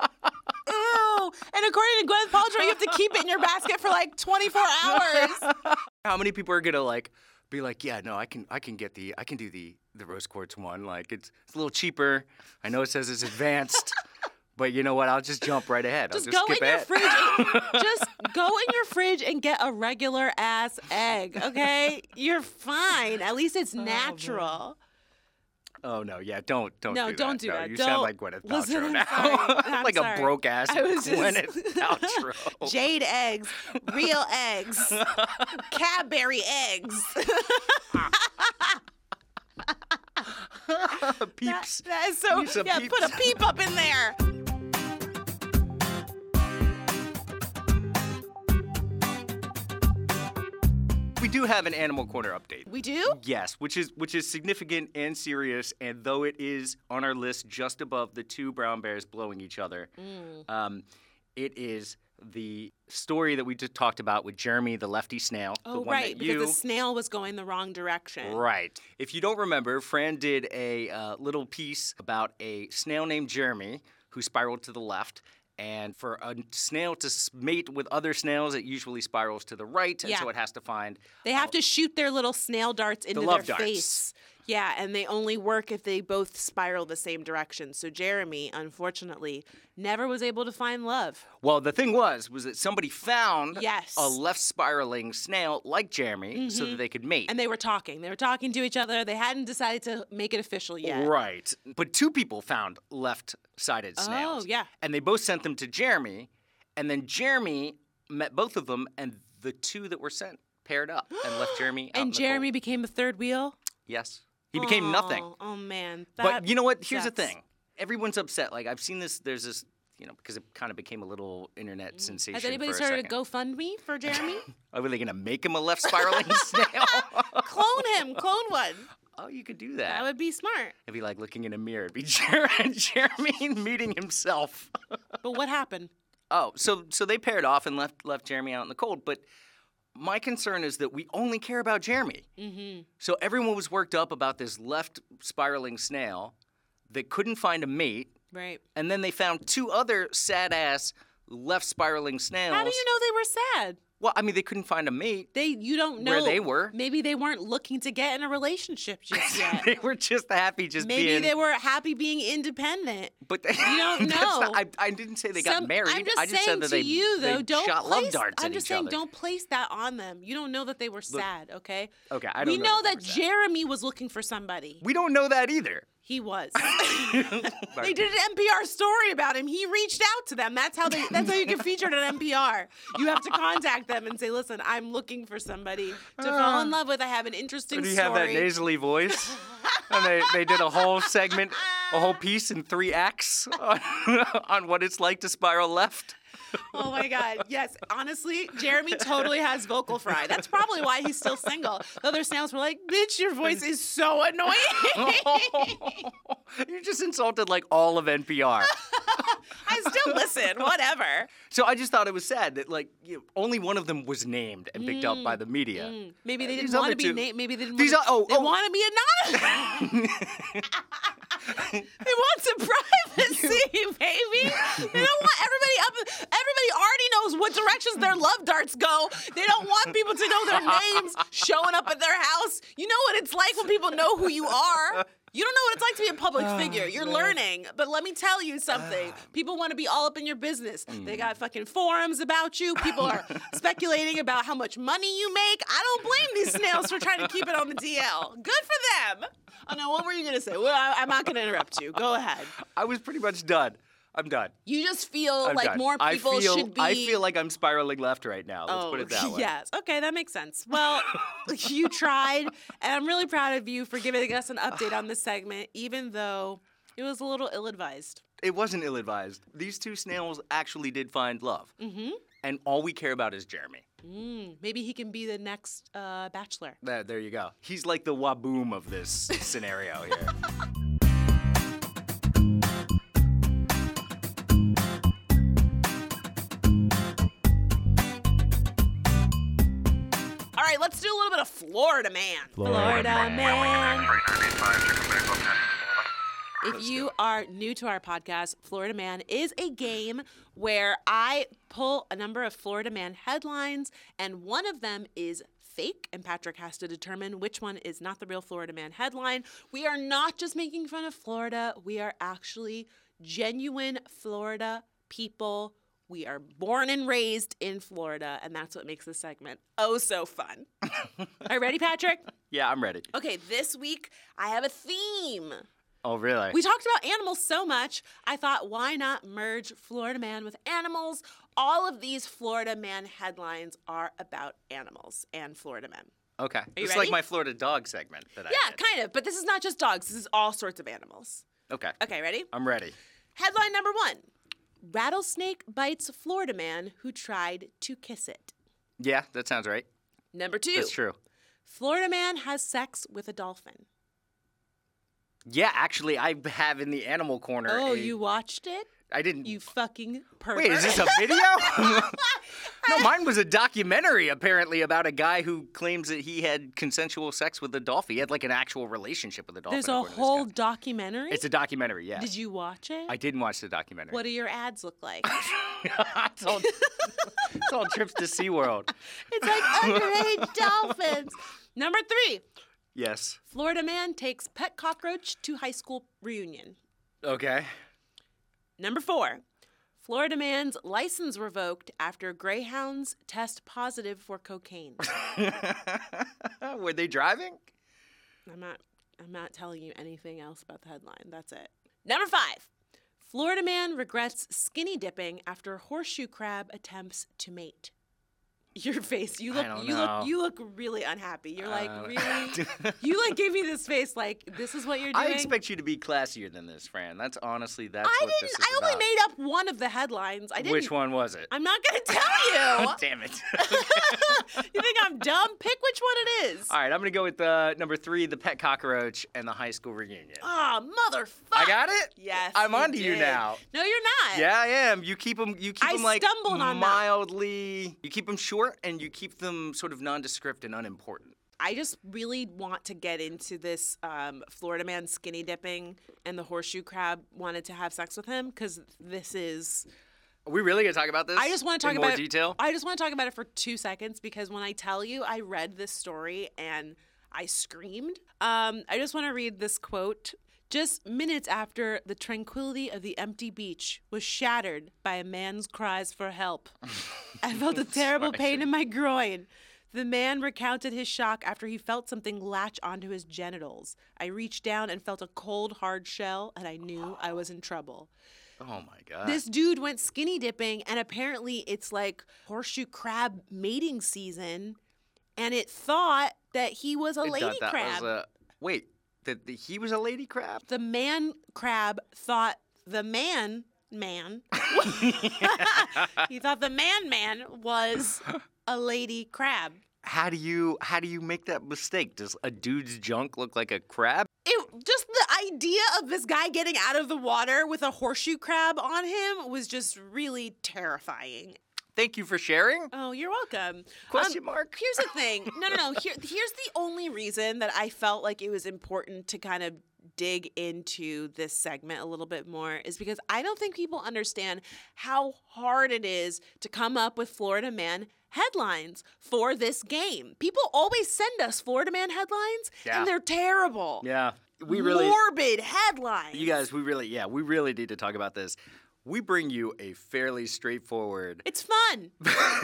Ew. And according to Gwyneth Paltrow, you have to keep it in your basket for
<laughs>
like 24 hours.
How many people are gonna like be like, yeah, no, I can, I can get the, I can do the, the rose quartz one. Like it's, it's a little cheaper. I know it says it's
<laughs>
advanced, but you know what? I'll just jump right ahead.
Just
I'll just
go
skip
in your
ahead.
fridge. and- just go in your fridge and get a regular ass egg, okay? You're fine. At least it's natural.
<laughs> Oh no, yeah, don't, don't.
No,
do that.
don't do
no,
that.
You
Don't.
sound like Gwyneth Paltrow
Listen, I'm
now, <laughs>
sorry. I'm
like
sorry.
a broke ass
I was just-
Gwyneth
<laughs>
Paltrow.
Jade eggs, real
<laughs>
eggs, Cadbury eggs.
<laughs> Peeps.
<laughs> That is so.
Use a
yeah,
peep.
put a peep up in there.
We do have an animal corner update.
We do.
Yes, which is which is significant and serious, and though it is on our list just above the two brown bears blowing each other,
Mm.
um, it is the story that we just talked about with Jeremy, the lefty snail, the
Oh,
one
right,
that
because
you.
the snail was going the wrong direction.
Right. If you don't remember, Fran did a uh, little piece about a snail named Jeremy who spiraled to the left. And for a snail to s- mate with other snails, it usually spirals to the right. And
Yeah.
so it has to find
They have to shoot their little snail darts into
love
their
darts.
face. Yeah, and they only work if they both spiral the same direction. So Jeremy, unfortunately, never was able to find love.
Well, the thing was, was that somebody found
Yes. Mm-hmm.
a left spiraling snail like Jeremy so that they could mate.
And they were talking. They were talking to each other. They hadn't decided to make it official yet. Oh,
Right. But two people found left sided snails.
yeah.
And they both sent them to Jeremy. And then Jeremy met both of them, and the two that were sent paired up and
<gasps>
left Jeremy out in
And
the cold.
Jeremy became the third wheel.
Yes. He became nothing.
Oh, oh man.
But you know what? Here's the
sucks.
thing. Everyone's upset. Like I've seen this. There's this, you know, because it kind of became a little internet sensation.
Mm. Has anybody
for a
started a
second.
GoFundMe
<laughs>
for Jeremy?
Are they gonna make him a left spiraling <laughs>
<laughs>
snail?
clone him. Clone one.
Oh, you could do
That
that.
would be smart.
It'd be like looking in a mirror. It'd be <laughs> Jer- Jeremy <laughs> meeting himself.
But what happened?
Oh, so so they paired off and left left Jeremy out in the cold. But my concern is that we only care about Jeremy. Mm-hmm. So everyone was worked up about this left spiraling snail that couldn't find a mate,
Right.
and then they found two other sad ass left spiraling snails.
How do you know they were sad?
Well, I mean, they couldn't find a mate.
They you don't know
Where they were.
Maybe they weren't looking to get in
<laughs>
a relationship just yet.
they were just happy just
maybe
being.
they were happy being independent.
But <laughs> they,
You don't
that's not-
know.
I, I didn't say they got
Some-
married.
I'm just
I just said
saying
that they,
to you though,
they
don't
shot
place,
love darts
I'm
at
just
each
saying,
other.
don't place that on them. You don't know that they were sad, okay?
Okay, I
we
don't know
know
that they were
that
sad.
Jeremy was looking for somebody. <laughs>
We don't know that either. <laughs>
He was. they did an NPR story about him. He reached out to them. That's how they. That's how you get featured on NPR. You have to contact them and say, "Listen, I'm looking for somebody to
<laughs>
fall in love with. I have an interesting
Do you
story."
have that nasally
<laughs>
voice? and they, they did a whole segment, a whole piece in three acts on, <laughs> on what it's like to spiral left. <laughs>
Oh my God. Yes. Honestly, Jeremy totally has vocal fry. That's probably why he's still single. The other snails were like, bitch, your voice is so annoying. <laughs>
you just insulted like all of NPR.
I still listen, whatever.
so I just thought it was sad that like you know, only one of them was named and picked up by
Mm,
the media.
Maybe they
Uh, These
didn't want
other
to be
two-
named. Maybe they didn't
These
wanna,
are- oh,
they
oh.
want to be anonymous.
<laughs>
they want some privacy, <laughs> baby. They don't want everybody up. Everybody already knows what directions their love darts go. They don't want people to know their names showing up at their house. You know what it's like when people know who you are. You don't know what it's like to be a public
Ah,
figure. You're learning. But let me tell you something. People want to be all up in your business. They got
Mm.
fucking forums about you.
<laughs>
People are speculating about how much money you make. I don't blame these snails for trying to keep it on the DL. Good for them. Oh, no, what were you going to say? Well, I, I'm not going to interrupt you. Go ahead.
I was pretty much done. I'm done.
You just feel
I'm
like
done.
more people
Oh, I feel,
should be. Oh,
I feel like I'm spiraling left right now. Let's put it
<laughs>
that way.
Yes. Okay, that makes sense. Well,
<laughs>
you tried, and I'm really proud of you for giving us an update on this segment, even though it was a little ill advised.
It wasn't ill advised. These two snails actually did find love. Mm-hmm. And all we care about is Jeremy.
Hmm.
Maybe he can be the next uh, bachelor.
There, there you go. He's like the waboom of this <laughs> scenario here.
All right, let's do a little bit of Florida Man.
Florida man.
If you are new to our podcast, Florida Man is a game where I pull a number of Florida Man headlines, and one of them is fake, and Patrick has to determine which one is not the real Florida Man headline. We are not just making fun of Florida, we are actually genuine Florida people. We are born and raised in Florida, and that's what makes this segment oh so fun. are you ready, Patrick?
yeah, I'm ready.
Okay, this week I have a theme.
Oh, really?
We talked about animals so much, I thought, why not merge Florida Man with animals? All of these Florida Man headlines are about animals and Florida men.
okay.
you
It's
ready?
like my Florida dog segment that I
Yeah,
did.
kind of, but this is not just dogs, this is all sorts of animals.
Okay.
Okay, ready?
I'm ready.
Headline number one Rattlesnake bites Florida man who tried to kiss it.
Yeah, that sounds right.
Number two
That's true.
Florida man has sex with a dolphin.
Yeah, actually, I have in the animal corner.
Oh,
a-
you watched it?
I didn't.
You fucking pervert.
Wait, is this a
<laughs>
video? <laughs> no, mine was a documentary apparently about a guy who claims that he had consensual sex with a dolphin. He had like an actual relationship with a dolphin.
There's a
according to this
whole
guy.
documentary.
It's a documentary. Yeah.
Did you watch it?
I didn't watch the documentary.
What do your ads look like?
<laughs> it's, all, <laughs> it's all trips to SeaWorld.
it's like underage dolphins. Number three,
Yes.
Florida man takes pet cockroach to high school reunion.
Okay. <laughs>
Number four, Florida man's license revoked after greyhounds test positive for
<laughs>
cocaine.
Were they driving?
I'm not I'm not telling you anything else about the headline. That's it. Number five, Florida man regrets skinny dipping after horseshoe crab attempts to mate. Your face, you look
don't
you
know.
look you look really unhappy. You're like,
Uh, <laughs>
really? you like gave me this face like this is what you're doing.
I expect you to be classier than this, Fran. That's honestly that's
I
what
didn't
this
I
is
only
about.
made up one of the headlines. I didn't
Which one was it?
I'm not gonna
<laughs>
tell you.
Damn it.
<laughs> you think I'm dumb? Pick which one it is.
all right, I'm gonna go with uh, number three, the pet cockroach and the high school reunion.
Ah, motherfucker.
I got it.
Yes.
I'm onto you
did.
now.
No, you're not.
Yeah, I am. You keep them. You keep
I
them like
stumbled on that.
mildly. You keep them short, and you keep them sort of nondescript and unimportant.
I just really want to get into this um, Florida man skinny dipping and the horseshoe crab wanted to have sex with him because this is.
Are we really gonna talk about this?
I just want to talk
in
about
more
it-
detail.
I just want to talk about it for two seconds because when I tell you, I read this story and I screamed. Um, I just want to read this quote. Just minutes after the tranquility of the empty beach
<laughs>
was shattered by a man's cries for help, I felt a terrible pain in my groin. The man recounted his shock after he felt something latch onto his genitals. I reached down and felt a cold, hard shell, and I knew I was in trouble.
Oh my god.
This dude went skinny dipping, and apparently it's like horseshoe crab mating season, and it thought that he was a
I thought
lady
that
crab.
Was a, wait, that the, he was a lady crab?
the man crab thought the man
<laughs>
man he thought the man man was a lady crab
How do you how do you make that mistake? Does a dude's junk look like a crab?
it just the idea of this guy getting out of the water with a horseshoe crab on him was just really terrifying
Thank you for sharing.
oh you're welcome Um,
Question mark.
here's the thing no no no here, here's the only reason that i felt like it was important to kind of dig into this segment a little bit more is because i don't think people understand how hard it is to come up with florida man headlines for this game people always send us florida man headlines
Yeah.
and they're terrible
Yeah. We really
morbid headlines
You guys, we really yeah, we really need to talk about this. We bring you a fairly straightforward, <laughs>
it's fun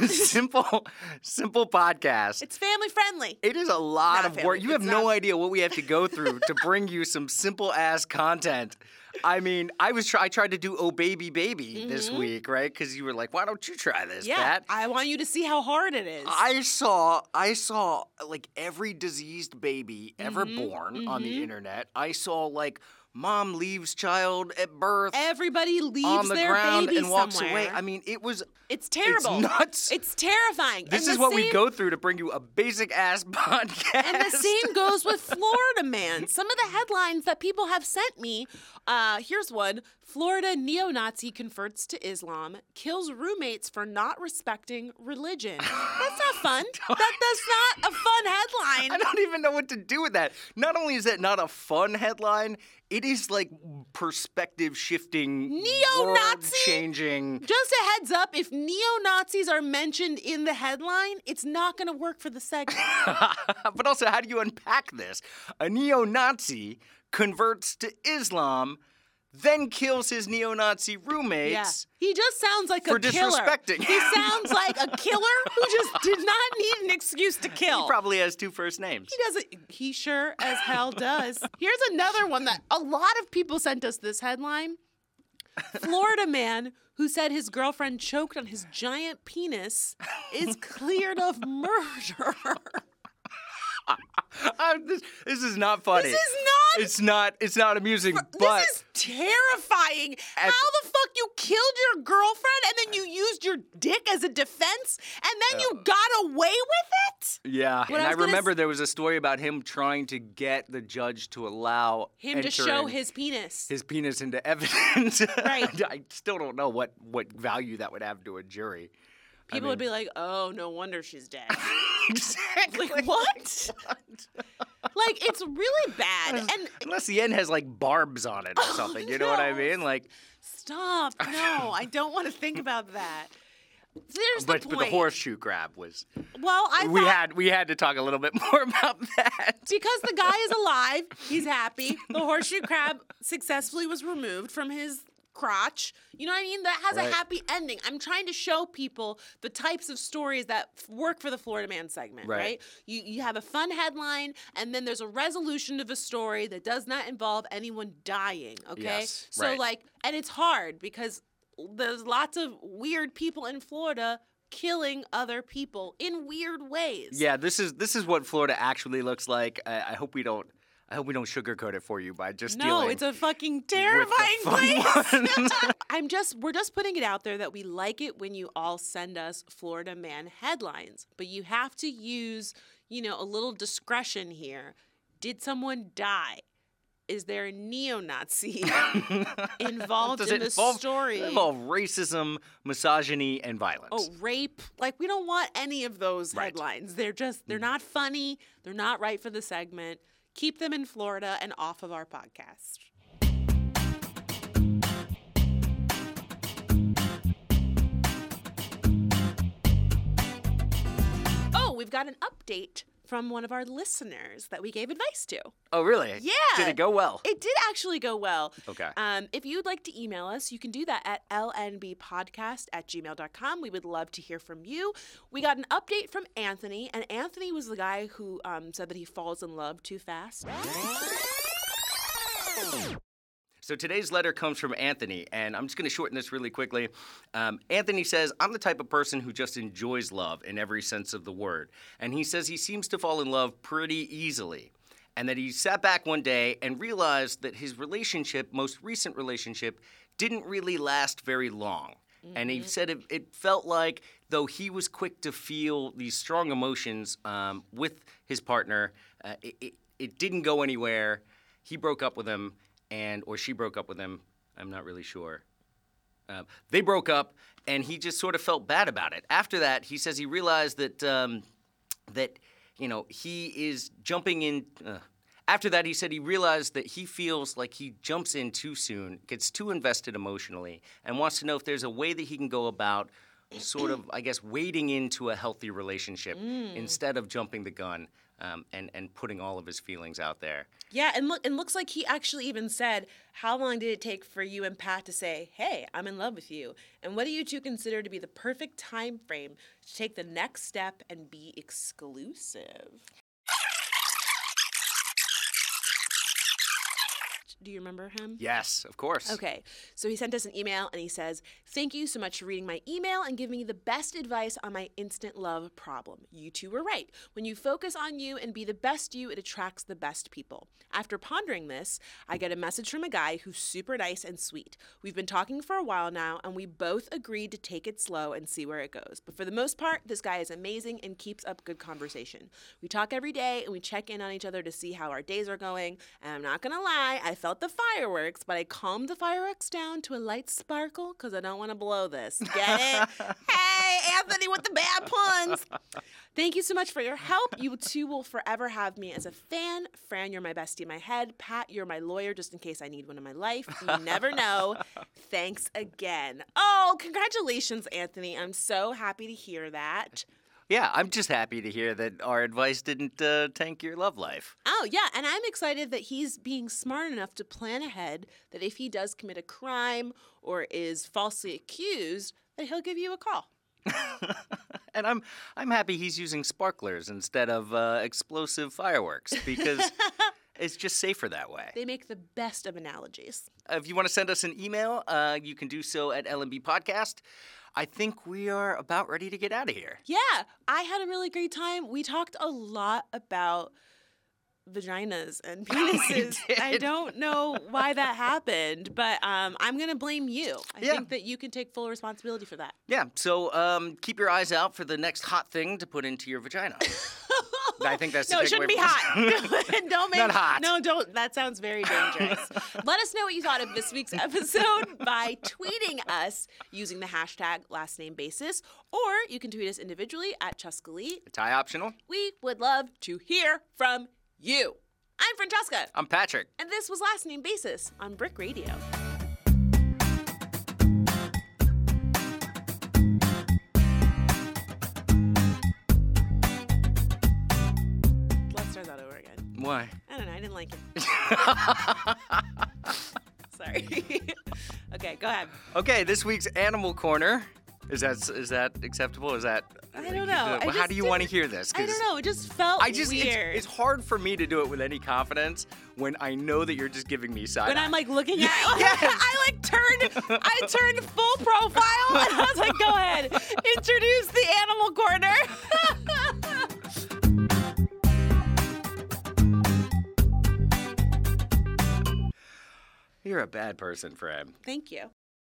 simple simple podcast.
it's
<laughs>
family friendly
It is a lot
Not
of work.
family.
You have
It's
no
not-
idea what we have to go through
<laughs>
to bring you some simple ass content. I mean, I was try- I tried to do "Oh Baby Baby" this week, right? Because you were like, "Why don't you try this,
Mm-hmm. yeah
Pat?"
i want you to see how hard it is
I saw I saw like every diseased baby ever
Mm-hmm,
born on the internet. I saw like mom leaves child at birth
Everybody leaves
on the
their
ground
baby
and walks away.
somewhere.
I mean, it was
It's terrible.
nuts.
<laughs> It's terrifying.
this
And
is
the
what we
same-
go through to bring you a basic ass <laughs> podcast.
And the same goes
<laughs>
with Florida Man. Some of the headlines that people have sent me. Uh, here's one: Florida neo-Nazi converts to Islam, kills roommates for not respecting religion. That's not
<laughs>
fun. that, that's not a fun headline.
I don't even know what to do with that. Not only is that not a fun headline, it is like perspective shifting,
Neo-Nazi?
changing. <laughs>
Just a heads up, if neo Nazis are mentioned in the headline, it's not going to work for the segment.
but also, how do you unpack this? A neo Nazi converts to Islam, then kills his neo Nazi roommates.
He just sounds like
For
a killer.
disrespecting.
He sounds like a killer who
<laughs>
just did not need an excuse to kill.
He probably has two first names. <laughs>
He doesn't. He sure as hell does. Here's another one that a lot of people sent us this headline: Florida man who said his girlfriend choked on his giant penis is cleared of murder.
I'm- this, this is not funny.
This is not-
It's not. It's not amusing. but
this is terrifying. How
At-
the fuck you killed your girlfriend and then you used your dick as a defense and then you got away with it?
Yeah,
What
and
I
I,
was gonna
remember
s-
there was a story about him trying to get the judge to allow
Him to show
entering
his penis.
his penis into evidence.
Right.
<laughs> I still don't know what what value that would have to a jury. <laughs>
People would be like, "Oh, no wonder she's dead."
exactly. <laughs>
Like what? like it's really bad. And
Unless the end has like barbs on it or something, you know what I
Oh, no.
mean? Like,
stop. No, I don't want to think about that. There's
but,
the
but
point.
the horseshoe crab was.
well, I
we
thought
had we had to talk a little bit <laughs> more about that.
because the guy is alive, he's happy. The horseshoe crab successfully was removed from his crotch. You know what I mean? That has
Right.
a happy ending. I'm trying to show people the types of stories that f- work for the Florida Man segment,
Right.
right? You you have a fun headline and then there's a resolution of a story that does not involve anyone dying, okay?
Yes,
so
right.
like and it's hard because there's lots of weird people in Florida killing other people in weird ways.
Yeah, this is this is what Florida actually looks like. I, I hope we don't. I hope we don't sugarcoat it for you by just
No,
dealing
it's a fucking
with the
terrifying
fun
place.
ones. <laughs>
<laughs> I'm just we're just putting it out there that we like it when you all send us Florida man headlines, but you have to use, you know, a little discretion here. Did someone die? Is there a neo-Nazi
<laughs>
involved
Does
in
it
the
involve,
story?
involve racism, misogyny, and violence?
Oh, rape. Like we don't want any of those
Right.
headlines. They're just they're not funny. They're not right for the segment. Keep them in Florida and off of our podcast. Oh, we've got an update from one of our listeners that we gave advice to.
Oh, really?
Yeah.
Did it go well?
It did actually go well.
Okay.
Um, if you'd like to email us, you can do that at lnbpodcast at gmail.com. We would love to hear from you. We got an update from Anthony, and Anthony was the guy who um, said that he falls in love too fast.
So today's letter comes from Anthony, and I'm just going to shorten this really quickly. Um, Anthony says, I'm the type of person who just enjoys love in every sense of the word. And he says he seems to fall in love pretty easily. And that he sat back one day and realized that his relationship, most recent relationship, didn't really last very long. And he said it, it felt like, though he was quick to feel these strong emotions um, with his partner, uh, it, it, it didn't go anywhere. He broke up with him, and or she broke up with him. I'm not really sure. Um, they broke up, and he just sort of felt bad about it. After that, he says he realized that um, that you know he is jumping in. Uh, after that, he said he realized that he feels like he jumps in too soon, gets too invested emotionally, and wants to know if there's a way that he can go about sort of, I guess, wading into a healthy relationship instead of jumping the gun um, and and putting all of his feelings out there.
Yeah, and look, and looks like he actually even said, "How long did it take for you and Pat to say, "Hey, I'm in love with you"? And what do you two consider to be the perfect time frame to take the next step and be exclusive?" Do you remember him?
Yes, of course.
Okay, so he sent us an email and he says, Thank you so much for reading my email and giving me the best advice on my instant love problem. You two were right. When you focus on you and be the best you, it attracts the best people. After pondering this, I get a message from a guy who's super nice and sweet. We've been talking for a while now and we both agreed to take it slow and see where it goes. But for the most part, this guy is amazing and keeps up good conversation. We talk every day and we check in on each other to see how our days are going. And I'm not gonna lie, I felt the fireworks, but I calmed the fireworks down to a light sparkle because I don't want to blow this. Get it? hey, Anthony with the bad puns. Thank you so much for <laughs> your help. You two will forever have me as a fan. Fran, you're my bestie in my head. Pat, you're my lawyer just in case I need one in my life. You never <laughs> know. Thanks again. Oh, congratulations, Anthony. I'm so happy to hear that.
Yeah, I'm just happy to hear that our advice didn't uh, tank your love life. <laughs>
Oh, yeah. And I'm excited that he's being smart enough to plan ahead that if he does commit a crime or is falsely accused, that he'll give you a call.
And I'm I'm happy he's using sparklers instead of uh, explosive fireworks
<laughs>
because it's just safer that way. Uh,
They make the best of analogies.
If you want to send us an email, uh, you can do so at LMB Podcast. I think we are about ready to get out of here.
Yeah, I had a really great time. We talked a lot about vaginas
<laughs>
and penises. I
Oh, did.
don't know why that happened, but um, I'm going to blame you. I
Yeah.
think that you can take full responsibility for that.
Yeah, so um, keep your eyes out for the next hot thing to put into your
<laughs>
vagina. I think that's the
No, it
takeaway
shouldn't be
from this.
hot. <laughs> don't make
Not hot.
No, don't. That sounds very dangerous. Let us know what you thought of this week's episode by tweeting us using the hashtag last name basis, or you can tweet us individually at Chuscalee.
<laughs> Tie optional.
We would love to hear from you. I'm Francesca,
I'm Patrick.
and this was Last Name Basis on Brick Radio. Let's start that over again.
Why?
I don't know. I didn't like
<laughs>
it. Sorry. <laughs> okay, go ahead.
Okay, this week's animal corner. Is that is that acceptable? Is that
I don't know. I
How
just
do you want to
didn't-
hear this?
I
'Cause-
don't know. It just felt
I just it's-
weird.
It's, hard for me to do it with any confidence when I know that you're just giving me side.
when
eye.
I'm like looking at,
yes.
<laughs> I like turned, I turned full profile, and I was like, "Go ahead, introduce the animal corner." <laughs>
you're a bad person, Fran.
Thank you.